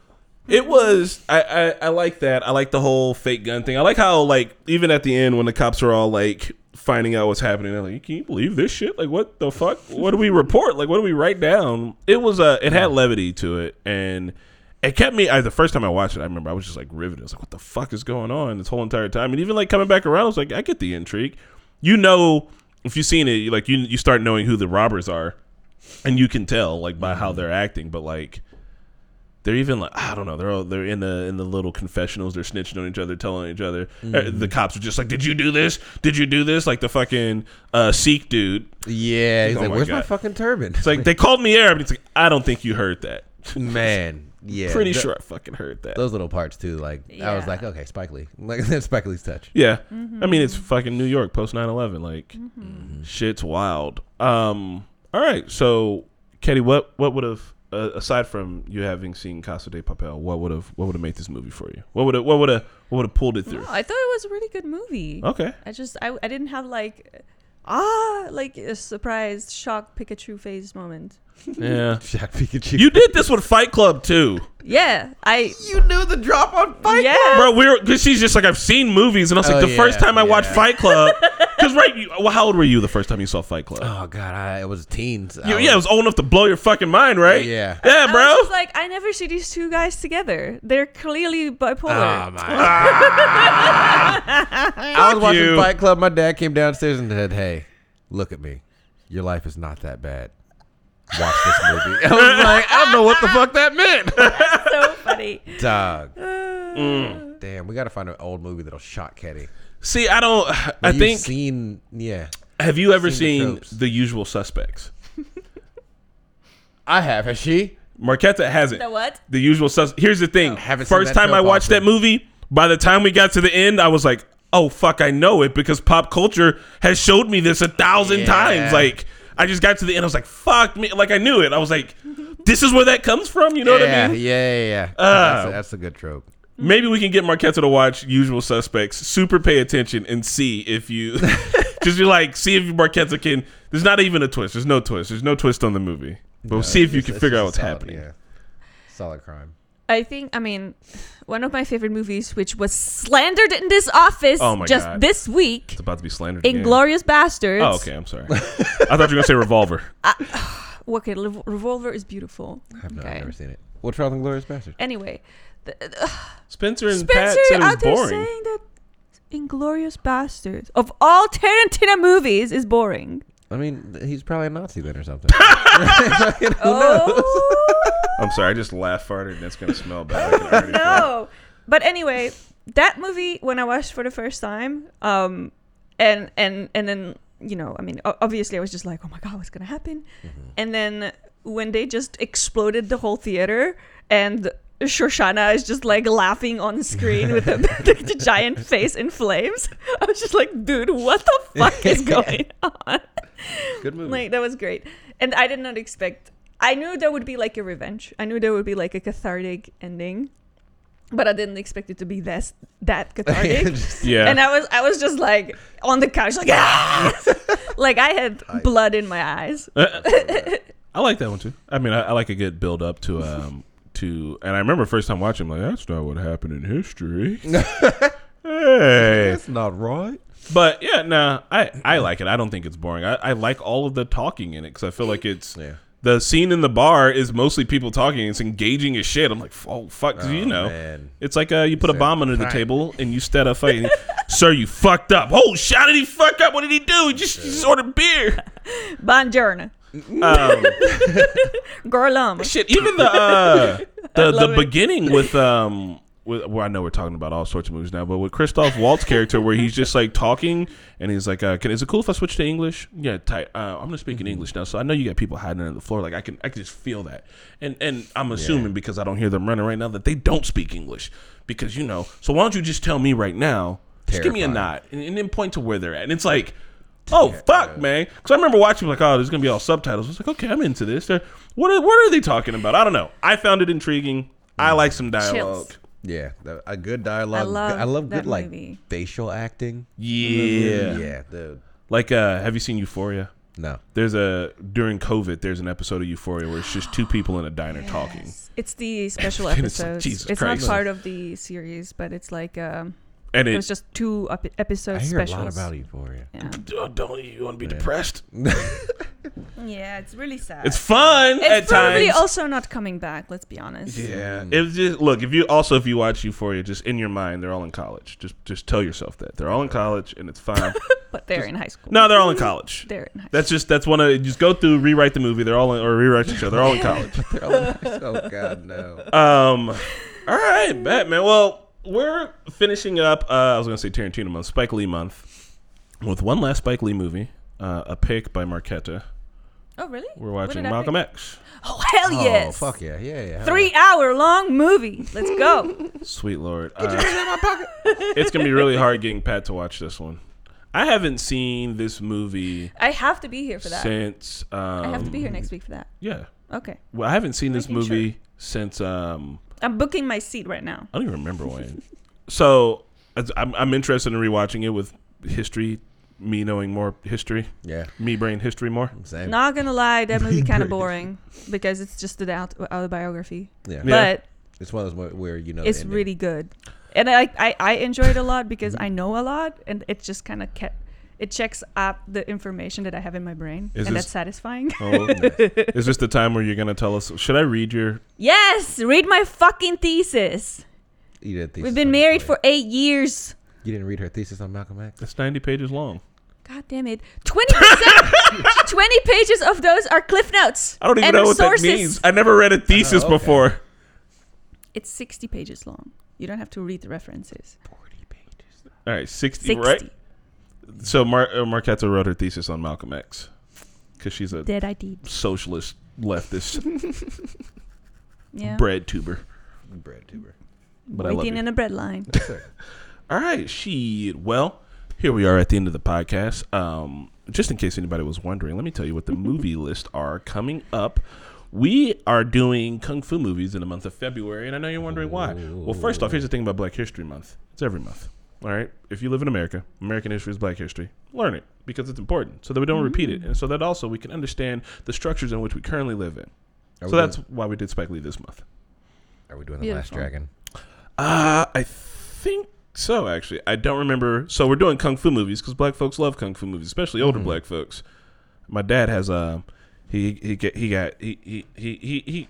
Speaker 1: It was. I, I I like that. I like the whole fake gun thing. I like how like even at the end when the cops are all like finding out what's happening, they're like, "Can you believe this shit? Like, what the fuck? What do we report? Like, what do we write down?" It was Uh, it had levity to it, and it kept me. I, the first time I watched it, I remember I was just like riveted. I was like, "What the fuck is going on?" This whole entire time, and even like coming back around, I was like, "I get the intrigue." You know, if you've seen it, you- like you you start knowing who the robbers are, and you can tell like by how they're acting, but like they're even like I don't know. They're all, they're in the in the little confessionals. They're snitching on each other, telling each other. Uh, The cops are just like, "Did you do this? Did you do this?" Like the fucking uh, Sikh dude.
Speaker 3: Yeah, he's
Speaker 1: Oh
Speaker 3: like,
Speaker 1: my
Speaker 3: "Where's my
Speaker 1: God.
Speaker 3: fucking turban?"
Speaker 1: It's like they called me Arab. And it's like I don't think you heard that.
Speaker 3: man, yeah,
Speaker 1: Pretty
Speaker 3: th-
Speaker 1: sure I fucking heard that.
Speaker 3: Those little parts too, like I was
Speaker 2: Yeah.
Speaker 3: like, okay, Spike Lee, like that's Spike Lee's touch.
Speaker 1: Yeah. I mean, it's fucking New York post 9/11. Like shit's wild. Um. All right. So, Katie, what what would have uh, aside from you having seen Casa de Papel, what would have what would have made this movie for you? What would what would have what would have pulled it through?
Speaker 2: No, I thought it was a really good movie.
Speaker 1: Okay.
Speaker 2: I just I, I didn't have like ah like a surprised shocked Pikachu face moment.
Speaker 1: Yeah.
Speaker 3: Jack Pikachu.
Speaker 1: You did this with Fight Club too,
Speaker 2: Yeah, I
Speaker 3: you knew the drop on
Speaker 1: Oh
Speaker 3: Fight
Speaker 2: yeah.
Speaker 1: bro. We were because she's just like I've seen movies, and I was like
Speaker 3: Oh,
Speaker 1: the first
Speaker 3: yeah,
Speaker 1: time I watched
Speaker 3: yeah.
Speaker 1: Fight Club. Because right, you, well, how old were you the first time you saw Fight Club?
Speaker 3: Oh god, I, it was teens. I
Speaker 1: You- yeah, it was old enough to blow your fucking mind, right?
Speaker 3: Yeah.
Speaker 1: yeah,
Speaker 2: I
Speaker 1: bro.
Speaker 2: was just like, I never see these two guys together. They're clearly bipolar.
Speaker 1: Ah,
Speaker 3: Oh my! I was watching
Speaker 1: you.
Speaker 3: Fight Club. My dad came downstairs and said, "Hey, look at me. Your life is not that bad. Watch this movie." I was like, "I don't know what the fuck that meant."
Speaker 2: so funny.
Speaker 3: Dog.
Speaker 1: Mm.
Speaker 3: Damn, we gotta find an old movie that'll shock Kenny.
Speaker 1: See, I don't. I
Speaker 3: You've
Speaker 1: think.
Speaker 3: seen yeah.
Speaker 1: have you ever
Speaker 3: seen the
Speaker 1: seen
Speaker 3: tropes.
Speaker 1: the, Usual Suspects?
Speaker 3: I have. Has she?
Speaker 1: Marquetta hasn't.
Speaker 2: The what?
Speaker 1: The Usual Sus. Here's the thing.
Speaker 3: haven't seen
Speaker 1: first
Speaker 3: that
Speaker 1: time I
Speaker 3: dope
Speaker 1: watched that
Speaker 3: often.
Speaker 1: movie, by the time we got to the end, I was like, "Oh fuck, I know it because pop culture has showed me this a thousand
Speaker 3: Yeah.
Speaker 1: times." Like, I just got to the end, I was like, "Fuck me!" Like I knew it. I was like, "This is where that comes from." You know what I
Speaker 3: yeah,
Speaker 1: mean?
Speaker 3: yeah, yeah, yeah. that's,
Speaker 1: Oh.
Speaker 3: a, that's a good trope.
Speaker 1: Maybe we can get Marquetta to watch Usual Suspects, super pay attention, and see if you just be like, see if Marquetta can. There's not even a twist. The's no twist. The's no twist on the movie. But we'll see if you
Speaker 3: It's-
Speaker 1: can
Speaker 3: it's
Speaker 1: figure out
Speaker 3: just a
Speaker 1: what's
Speaker 3: solid-
Speaker 1: happening.
Speaker 3: Yeah. Solid crime.
Speaker 2: I think I mean one of my favorite movies, which was slandered in this office
Speaker 1: Oh my
Speaker 2: just
Speaker 1: God.
Speaker 2: this week,
Speaker 1: It's about to be slandered. again.
Speaker 2: Inglorious Bastards.
Speaker 1: Oh, okay. I'm sorry. I thought you were gonna say Revolver.
Speaker 2: Okay, Rev- Revolver is beautiful.
Speaker 3: I have not
Speaker 2: okay.
Speaker 3: I've never seen it. What's wrong with Glorious Bastard?
Speaker 2: Anyway, th- th-
Speaker 1: Spencer and Pat
Speaker 2: Spencer
Speaker 1: said it was
Speaker 2: out there
Speaker 1: boring.
Speaker 2: saying that Inglorious Bastards of all Tarantino movies is boring.
Speaker 3: I mean, th- he's probably a Nazi then or something.
Speaker 2: oh
Speaker 1: I'm sorry. I just laugh farted, and it's gonna smell bad. I can already tell.
Speaker 2: no! But anyway, that movie when I watched for the first time, um, and and and then you know, I mean, o- obviously I was just like, oh my god, what's gonna happen? And then when they just exploded the whole theater and. Shoshana is just like laughing on screen with the, the, giant face in flames. I was just like, dude, what the fuck is going on?
Speaker 3: Good movie.
Speaker 2: Like that was great, and I did not expect. I knew there would be like a revenge. I knew there would be like a cathartic ending, but I didn't expect it to be this that cathartic.
Speaker 3: Just-
Speaker 1: Yeah.
Speaker 2: And I was I was just like on the couch like "Ah!" like I had blood in my eyes.
Speaker 1: Uh, I like that one too. I mean, I, I like a good build up to um to, and I remember first time watching, I'm like that's not what happened in history. hey,
Speaker 3: That's not right.
Speaker 1: but yeah, nah, I I like it. I don't think it's boring. I, I like all of the talking in it because I feel like it's
Speaker 3: Yeah.
Speaker 1: the scene in the bar is mostly people talking. It's engaging as shit. I'm like, oh fuck, 'cause you know,
Speaker 3: man.
Speaker 1: it's like uh, you put a
Speaker 3: Sir,
Speaker 1: bomb under the
Speaker 3: fine.
Speaker 1: table and you set a fight. and- Sir, you fucked up. Oh, shit, how did he fuck up? What did he do? He just, he just ordered beer.
Speaker 2: Buongiorno.
Speaker 1: Um,
Speaker 2: Gorlum.
Speaker 1: shit, even the uh, the the
Speaker 2: love it.
Speaker 1: beginning with um. With, well, I know we're talking about all sorts of movies now, but with Christoph Waltz character, where he's just like talking and he's like, uh, "Can is it cool if I switch to English?" Yeah, tight. Uh, I'm gonna speak in English now, so I know you got people hiding under the floor. Like I can, I can just feel that, and and I'm assuming because I don't hear them running right now that they don't speak English because you know. So why don't you just tell me right now? Just give me a
Speaker 3: Terrifying.
Speaker 1: nod and, and then point to where they're at, and it's like. Oh fuck, man! Because I remember watching like, oh, there's gonna be all subtitles. I was like, okay, I'm into this. They're, what are, what are they talking about? I don't know. I found it intriguing. I like some dialogue.
Speaker 2: Chills.
Speaker 3: Yeah, th- a good dialogue. I love,
Speaker 2: love
Speaker 3: I love good
Speaker 2: that
Speaker 3: like
Speaker 2: movie.
Speaker 3: facial acting.
Speaker 1: Yeah.
Speaker 3: yeah, the
Speaker 1: Like, uh, have you seen Euphoria?
Speaker 3: no.
Speaker 1: There's a during COVID. There's an episode of Euphoria where it's just two people in a diner talking,
Speaker 2: It's the special
Speaker 1: And it's like,
Speaker 2: episodes.
Speaker 1: Jesus
Speaker 2: it's
Speaker 1: Christ.
Speaker 2: not part of the series, but it's like um,
Speaker 1: and
Speaker 2: it was
Speaker 1: it's
Speaker 2: just two ep- episode
Speaker 3: I hear
Speaker 2: specials.
Speaker 3: a lot about Euphoria.
Speaker 2: Yeah.
Speaker 1: oh, don't you want to be depressed?
Speaker 2: yeah, it's really sad.
Speaker 1: It's fun
Speaker 2: It's
Speaker 1: at
Speaker 2: probably
Speaker 1: times.
Speaker 2: also not coming back. Let's be honest.
Speaker 1: yeah, it's just look. If you also if you watch Euphoria, just in your mind, they're all in college. Just just tell yourself that they're all in college and it's fine.
Speaker 2: But they're in high school.
Speaker 1: no, they're all in college.
Speaker 2: they're in high.
Speaker 1: That's just that's one of just go through rewrite the movie. They're all in, or rewrite the show. They're all in college.
Speaker 3: oh, oh God, no.
Speaker 1: Um, all right, Batman. Well, we're finishing up. Uh, I was gonna say Tarantino month, Spike Lee month, with one last Spike Lee movie, uh, a pick by Marquetta.
Speaker 2: Oh really?
Speaker 1: We're watching Malcolm X.
Speaker 2: Oh hell
Speaker 3: Oh
Speaker 2: yes!
Speaker 3: fuck yeah, yeah, yeah.
Speaker 2: Three hour long movie. Let's go.
Speaker 1: Sweet Lord, Uh, it's gonna be really hard getting Pat to watch this one. I haven't seen this movie
Speaker 2: I have to be here for that.
Speaker 1: since. Um,
Speaker 2: I have to be here next week for that.
Speaker 1: Yeah,
Speaker 2: Okay.
Speaker 1: well, I haven't seen this
Speaker 2: Making sure.
Speaker 1: movie since. Um,
Speaker 2: I'm booking my seat right now.
Speaker 1: I don't even remember when. so as- I'm, I'm interested in rewatching it with history, me knowing more history,
Speaker 3: Yeah,
Speaker 1: me brain history more.
Speaker 3: same.
Speaker 2: Not gonna lie, that movie kind of boring because it's just an aut- autobiography.
Speaker 3: yeah.
Speaker 1: Yeah.
Speaker 2: But
Speaker 3: it's one of those mo- where you know. the
Speaker 2: it's
Speaker 3: ending.
Speaker 2: really good, and I, I I enjoy it a lot because
Speaker 1: Mm-hmm.
Speaker 2: I know a lot, and it just kind of kept it checks up the information that I have in my brain,
Speaker 1: Is
Speaker 2: and
Speaker 1: this-
Speaker 2: that's satisfying.
Speaker 1: Oh, is this the time where you're gonna tell us? Should I read your?
Speaker 2: yes, read my fucking thesis.
Speaker 3: You did thesis
Speaker 2: We've
Speaker 3: on
Speaker 2: been married for
Speaker 3: Euphoria.
Speaker 2: eight years.
Speaker 3: You didn't read her thesis on Malcolm X.
Speaker 1: It's 90 pages long.
Speaker 2: God damn it! Twenty percent, twenty pages of those are cliff notes.
Speaker 1: I don't even
Speaker 2: and
Speaker 1: know what
Speaker 2: sources.
Speaker 1: that means. I never read a thesis
Speaker 3: Oh, okay.
Speaker 1: before.
Speaker 2: It's sixty pages long. You don't have to read the references.
Speaker 3: Forty pages.
Speaker 1: All right, 60,
Speaker 2: Sixty.
Speaker 1: right? So Mar- uh, Marquetta wrote her thesis on Malcolm X because she's a
Speaker 2: That I did.
Speaker 1: socialist leftist
Speaker 2: Yeah.
Speaker 1: bread tuber.
Speaker 3: Bread tuber.
Speaker 1: But I love
Speaker 2: Waiting
Speaker 1: you.
Speaker 2: in a bread line.
Speaker 1: All right, shit. Well, here we are at the end of the podcast. Um, just in case anybody was wondering, let me tell you what the movie list are coming up. We are doing kung fu movies in the month of February, and I know you're wondering why. Well, first off, here's the thing about Black History Month. It's every month. All right. If you live in America, American history is Black history. Learn it because it's important, so that we don't repeat
Speaker 3: Mm.
Speaker 1: it, and so that also we can understand the structures in which we currently live in.
Speaker 3: Are we
Speaker 1: So that's
Speaker 3: doing,
Speaker 1: why we did Spike Lee this month.
Speaker 3: are we doing the Last
Speaker 2: Beautiful.
Speaker 3: Dragon?
Speaker 1: Uh, I think so. Actually, I don't remember. So we're doing kung fu movies because black folks love kung fu movies, especially older black folks. My dad has um, he he get, he got he he he he. he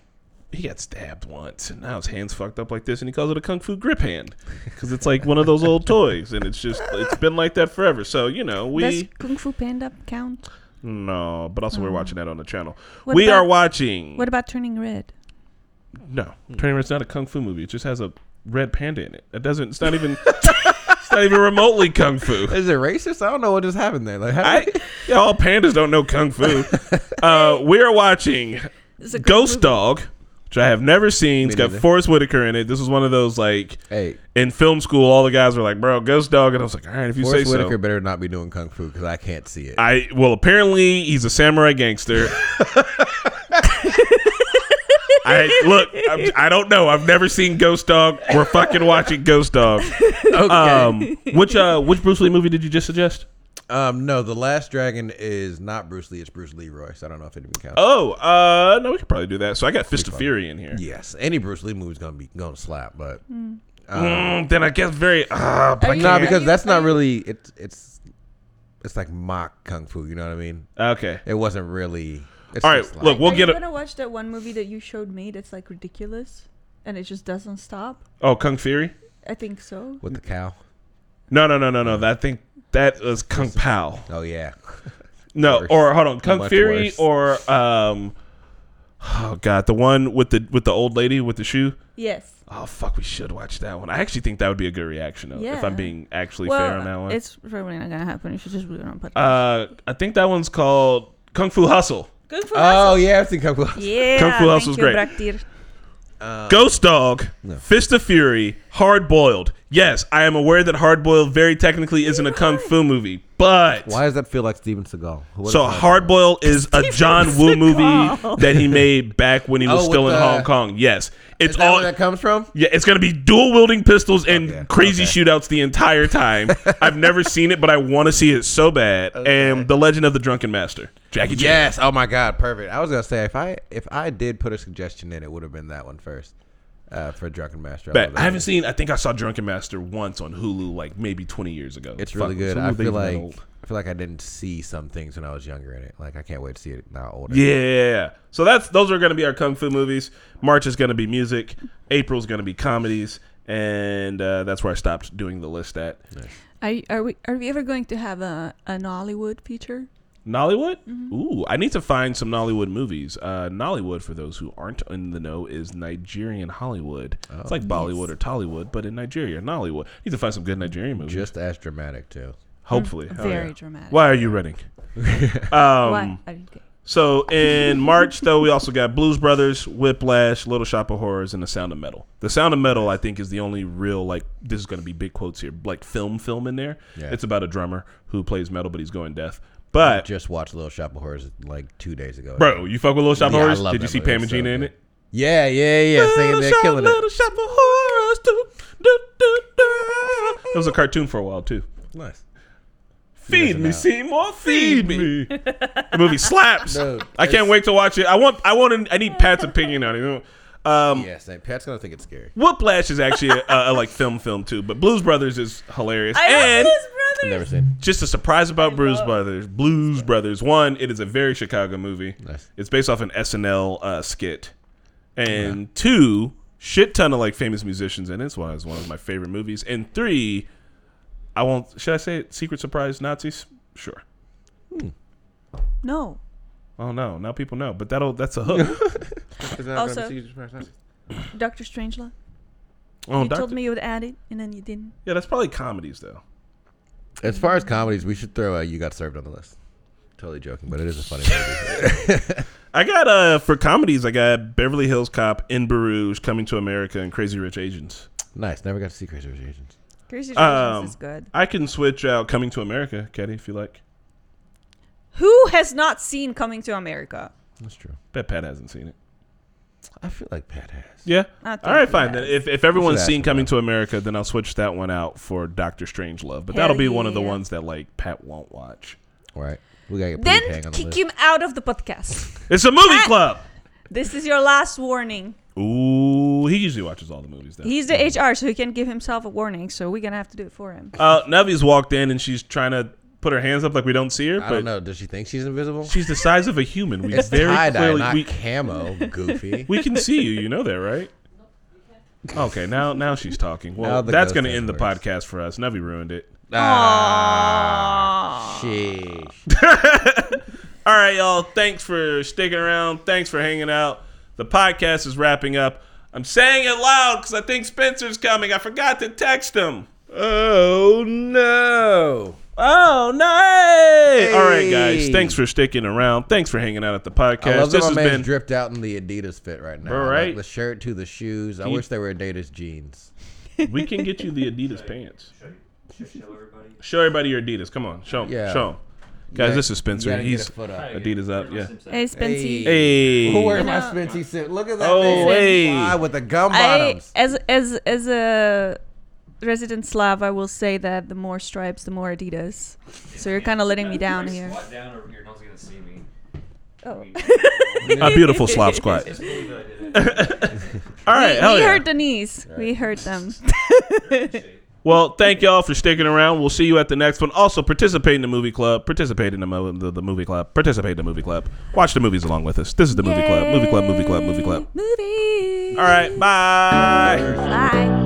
Speaker 1: he got stabbed once, and now his hand's fucked up like this, and he calls it a kung fu grip hand because it's like one of those old toys, and it's just it's been like that forever. So you know we
Speaker 2: Does Kung Fu Panda count?
Speaker 1: no, but also we're watching that on the channel.
Speaker 2: Mm. What
Speaker 1: we
Speaker 2: about-
Speaker 1: are watching
Speaker 2: What about Turning Red?
Speaker 1: no,
Speaker 3: Hmm.
Speaker 1: Turning Red's not a kung fu movie. It just has a red panda in it. It doesn't. It's not even. it's not even remotely kung fu.
Speaker 3: Is it racist? I don't know what just happened there. Like, how
Speaker 1: I, yeah, all pandas don't know kung fu. Uh, we're watching
Speaker 2: It's a good
Speaker 1: Ghost
Speaker 2: movie.
Speaker 1: Dog, which I have never seen. It's got
Speaker 3: neither.
Speaker 1: Forrest Whitaker in it. This is one of those like
Speaker 3: hey,
Speaker 1: in film school, all the guys were like, "Bro, Ghost Dog," and I was like, "All right, if you
Speaker 3: Forrest
Speaker 1: say
Speaker 3: Whitaker
Speaker 1: so."
Speaker 3: better not be doing kung fu because I can't see it.
Speaker 1: I well, apparently he's a samurai gangster. I look. I'm, I don't know. I've never seen Ghost Dog. We're fucking watching Ghost Dog.
Speaker 3: okay.
Speaker 1: Um, which uh, which Bruce Lee movie did you just suggest?
Speaker 3: Um, no, the Last Dragon is not Bruce Lee. It's Bruce Leroy. So I don't know if it even counts.
Speaker 1: Oh, uh, no, we could probably do that. So I got Fist of Fury in here.
Speaker 3: Yes, any Bruce Lee movie's gonna be gonna slap, but
Speaker 1: Mm, then I guess very. Uh, but I
Speaker 2: you-
Speaker 1: can't-
Speaker 3: nah,
Speaker 2: Yeah.
Speaker 3: because
Speaker 2: Are you-
Speaker 3: that's
Speaker 2: are
Speaker 3: not
Speaker 2: you-
Speaker 3: really it's it's it's like mock kung fu. You know what I mean?
Speaker 1: okay.
Speaker 3: It wasn't really. It's
Speaker 1: All right,
Speaker 3: just
Speaker 1: look, we'll
Speaker 2: Are
Speaker 1: get
Speaker 2: you
Speaker 1: a.
Speaker 2: gonna watch that one movie that you showed me that's like ridiculous, and it just doesn't stop?
Speaker 1: Oh, Kung Fury?
Speaker 2: I think so.
Speaker 3: with the cow.
Speaker 1: No, no, no, no, no. That, I think that was Kung Pao.
Speaker 3: Oh yeah,
Speaker 1: No,
Speaker 3: worse.
Speaker 1: or hold on, Kung
Speaker 3: much
Speaker 1: Fury
Speaker 3: worse.
Speaker 1: or um, oh god, the one with the with the old lady with the shoe.
Speaker 2: Yes.
Speaker 1: Oh fuck, we should watch that one. I actually think that would be a good reaction though, if
Speaker 2: Yeah.
Speaker 1: I'm being actually fair on that
Speaker 2: Well,
Speaker 1: one.
Speaker 2: it's probably not gonna happen. You should just put it on podcast.
Speaker 1: uh, I think that one's called Kung Fu Hustle.
Speaker 2: Good for us.
Speaker 3: Oh yeah, I've seen Kung Fu. Hustle.
Speaker 2: Yeah.
Speaker 1: Kung Fu
Speaker 2: thank
Speaker 1: Hustle's
Speaker 2: you,
Speaker 1: great.
Speaker 2: Braktir.
Speaker 3: Uh,
Speaker 1: Ghost Dog, Fist of Fury, Hard Boiled. Yes, I am aware that Hard Boiled very technically isn't a kung fu movie, but
Speaker 3: Why does that feel like Steven Seagal? What
Speaker 1: so
Speaker 3: is that?
Speaker 1: Hard Boiled is a John Woo movie
Speaker 2: Seagal.
Speaker 1: that he made back when he was
Speaker 3: Oh,
Speaker 1: still in
Speaker 3: with the-
Speaker 1: Hong Kong. Yes, it's
Speaker 3: Is that
Speaker 1: all
Speaker 3: where that comes from?
Speaker 1: Yeah, it's gonna be dual wielding pistols and
Speaker 3: Okay,
Speaker 1: crazy shootouts the entire time. I've never seen it, but I want to see it so bad. And The Legend of the Drunken Master, Jackie Chan.
Speaker 3: Yes. Oh my God. Perfect. I was gonna say if I if I did put a suggestion in, it would have been that one first uh, for Drunken Master.
Speaker 1: Bet. I
Speaker 3: love that
Speaker 1: haven't
Speaker 3: movie.
Speaker 1: seen. I think I saw Drunken Master once on Hulu, like maybe twenty years ago.
Speaker 3: It's
Speaker 1: Fuck,
Speaker 3: really good.
Speaker 1: so
Speaker 3: I
Speaker 1: they
Speaker 3: feel
Speaker 1: even that
Speaker 3: like
Speaker 1: old.
Speaker 3: I feel like I didn't see some things when I was younger in it. Like I can't wait to see it now older.
Speaker 1: Yeah. So that's those are going to be our kung fu movies. March is going to be music. April's going to be comedies, and uh, that's where I stopped doing the list at.
Speaker 2: Are, you- are we are we ever going to have a an Hollywood feature?
Speaker 1: Nollywood?
Speaker 3: Mm-hmm.
Speaker 1: Ooh, I need to find some Nollywood movies. Uh, Nollywood, for those who aren't in the know, is Nigerian Hollywood. It's
Speaker 3: Oh,
Speaker 1: like Bollywood or Tollywood, but in Nigeria, Nollywood. need to find some good Nigerian movies.
Speaker 3: Just as dramatic too.
Speaker 1: Hopefully. Hell
Speaker 2: Very
Speaker 1: yeah. um,
Speaker 2: dramatic.
Speaker 1: Why are you running?
Speaker 2: Why are you gay?
Speaker 1: So in March, though, we also got Blues Brothers, Whiplash, Little Shop of Horrors, and The Sound of Metal. The Sound of Metal, I think, is the only real like this is going to be big quotes here, like film film in there.
Speaker 3: Yeah.
Speaker 1: It's about a drummer who plays metal, but he's going deaf. But
Speaker 3: Just watched Little Shop of Horrors like two days ago.
Speaker 1: Uh, bro, you fuck with Little Shop
Speaker 3: Yeah, I
Speaker 1: of Horrors?
Speaker 3: love
Speaker 1: Did you
Speaker 3: that
Speaker 1: see
Speaker 3: movie.
Speaker 1: Pam and
Speaker 3: It's so
Speaker 1: Gina in
Speaker 3: good.
Speaker 1: it?
Speaker 3: Yeah, yeah, yeah. Singing there,
Speaker 1: Shop,
Speaker 3: killing
Speaker 1: Little
Speaker 3: it.
Speaker 1: Shop of Horrors. Do, do, do, do. It was a cartoon for a while too.
Speaker 3: Nice.
Speaker 1: Feed me, Seymour. Feed me. the movie slaps.
Speaker 3: No,
Speaker 1: I can't
Speaker 3: it's-
Speaker 1: wait to watch it. I want. I want. An, I need Pat's opinion on it. Um,
Speaker 3: Yeah, same. Pat's gonna think it's scary.
Speaker 1: Whiplash is actually a, a, like film film too, but Blues Brothers is hilarious.
Speaker 2: I love
Speaker 1: and
Speaker 2: Blues Brothers.
Speaker 3: Never seen.
Speaker 1: just a surprise about Blues Brothers. Blues Brothers. One, it is a very Chicago movie.
Speaker 3: Nice.
Speaker 1: It's based off an SNL uh, skit. And two, shit ton of like famous musicians in it. It's one it's one of my favorite movies. And three, I won't. Should I say it? Secret surprise Nazis? Sure.
Speaker 2: No.
Speaker 1: Oh no! Now people know, but that'll that's a hook.
Speaker 2: Also- Doctor Strangelove.
Speaker 1: oh,
Speaker 2: You told
Speaker 1: Doctor-
Speaker 2: me you would add it, and then you didn't.
Speaker 1: Yeah, that's probably comedies though.
Speaker 3: As far as comedies, we should throw uh, "You Got Served" on the list. Totally joking, but it is a funny movie.
Speaker 1: I got uh for comedies. I got Beverly Hills Cop, In Barouge, Coming to America, and Crazy Rich Asians.
Speaker 3: nice. Never got to see Crazy Rich Asians.
Speaker 2: Crazy
Speaker 1: Um,
Speaker 2: is good.
Speaker 1: I can switch out Coming to America, Katie, if you like.
Speaker 2: Who has not seen Coming to America?
Speaker 3: That's true.
Speaker 1: Bet Pat hasn't seen it.
Speaker 3: I feel like Pat has.
Speaker 1: Yeah.
Speaker 2: I think
Speaker 1: All right,
Speaker 2: he
Speaker 1: fine. Then
Speaker 2: has.
Speaker 1: if if everyone's
Speaker 3: ask
Speaker 1: seen
Speaker 3: him
Speaker 1: Coming to America, then I'll switch that one out for Doctor Strange Love. But
Speaker 2: Hell
Speaker 1: that'll be one of the
Speaker 2: yeah.
Speaker 1: ones that like Pat won't watch.
Speaker 3: All right, we gotta get
Speaker 2: Then
Speaker 3: Pootie Tang on the
Speaker 2: kick
Speaker 3: list.
Speaker 2: him out of the podcast.
Speaker 1: It's a movie
Speaker 2: Pat-
Speaker 1: club.
Speaker 2: this is your last warning.
Speaker 1: Ooh, he usually watches all the movies though.
Speaker 2: He's the HR, so he can give himself a warning. So we're gonna have to do it for him.
Speaker 1: Uh, Navi's walked in and she's trying to put her hands up like we don't see her,
Speaker 3: I
Speaker 1: but
Speaker 3: don't know. Does she think she's invisible?
Speaker 1: she's the size of a human. We very
Speaker 3: tie dye,
Speaker 1: clearly
Speaker 3: not
Speaker 1: we,
Speaker 3: camo. Goofy.
Speaker 1: we can see you. You know that, right? Okay, now now she's talking. Well,
Speaker 3: Now the
Speaker 1: that's
Speaker 3: ghost
Speaker 1: going to
Speaker 3: has
Speaker 1: end the
Speaker 3: words.
Speaker 1: podcast for us. Navi ruined it.
Speaker 3: Ah, sheesh.
Speaker 1: All right, y'all. Thanks for sticking around. Thanks for hanging out. The podcast is wrapping up. I'm saying it loud because I think Spencer's coming. I forgot to text him.
Speaker 3: Oh no.
Speaker 1: Oh no! All right, guys.
Speaker 3: Hey.
Speaker 1: Thanks for sticking around. Thanks for hanging out at the podcast.
Speaker 3: I love that
Speaker 1: this
Speaker 3: my
Speaker 1: has
Speaker 3: man's
Speaker 1: been
Speaker 3: dripped out in the Adidas fit right now.
Speaker 1: All
Speaker 3: Like,
Speaker 1: right.
Speaker 3: the shirt to the shoes. I
Speaker 1: you-
Speaker 3: wish they were Adidas jeans.
Speaker 1: We can get you the Adidas pants.
Speaker 5: show everybody.
Speaker 1: Show everybody your Adidas. Come on, show 'em.
Speaker 3: Yeah.
Speaker 1: Show 'em. Guys,
Speaker 3: Yeah,
Speaker 1: this is
Speaker 3: you
Speaker 1: Spencer.
Speaker 3: gotta get
Speaker 1: He's
Speaker 3: a foot up.
Speaker 1: Adidas up. Yeah.
Speaker 2: Hey, Spency.
Speaker 1: Hey.
Speaker 3: Who wears
Speaker 2: You
Speaker 3: my
Speaker 2: know-
Speaker 3: Spency suit? Look at that.
Speaker 1: Oh,
Speaker 3: man.
Speaker 1: hey.
Speaker 3: Why with the gum
Speaker 2: I,
Speaker 3: bottoms.
Speaker 2: as as as a resident Slav, I will say that the more stripes, the more Adidas. So you're kind of letting me down here.
Speaker 5: Squat down over here. No one's gonna see me.
Speaker 2: Oh.
Speaker 1: A beautiful slop squat.
Speaker 5: Just believe that I did it.
Speaker 1: All right. hell
Speaker 2: we
Speaker 1: yeah.
Speaker 2: heard the knees. We heard them.
Speaker 1: Well, thank y'all for sticking around. We'll see you at the next one. Also, participate in the movie club. Participate in the, mo- the, the movie club. Participate in the movie club. Watch the movies along with us. This is the movie club. Movie club. Movie club. Movie club.
Speaker 2: Movie.
Speaker 1: All right. Bye.
Speaker 2: Bye.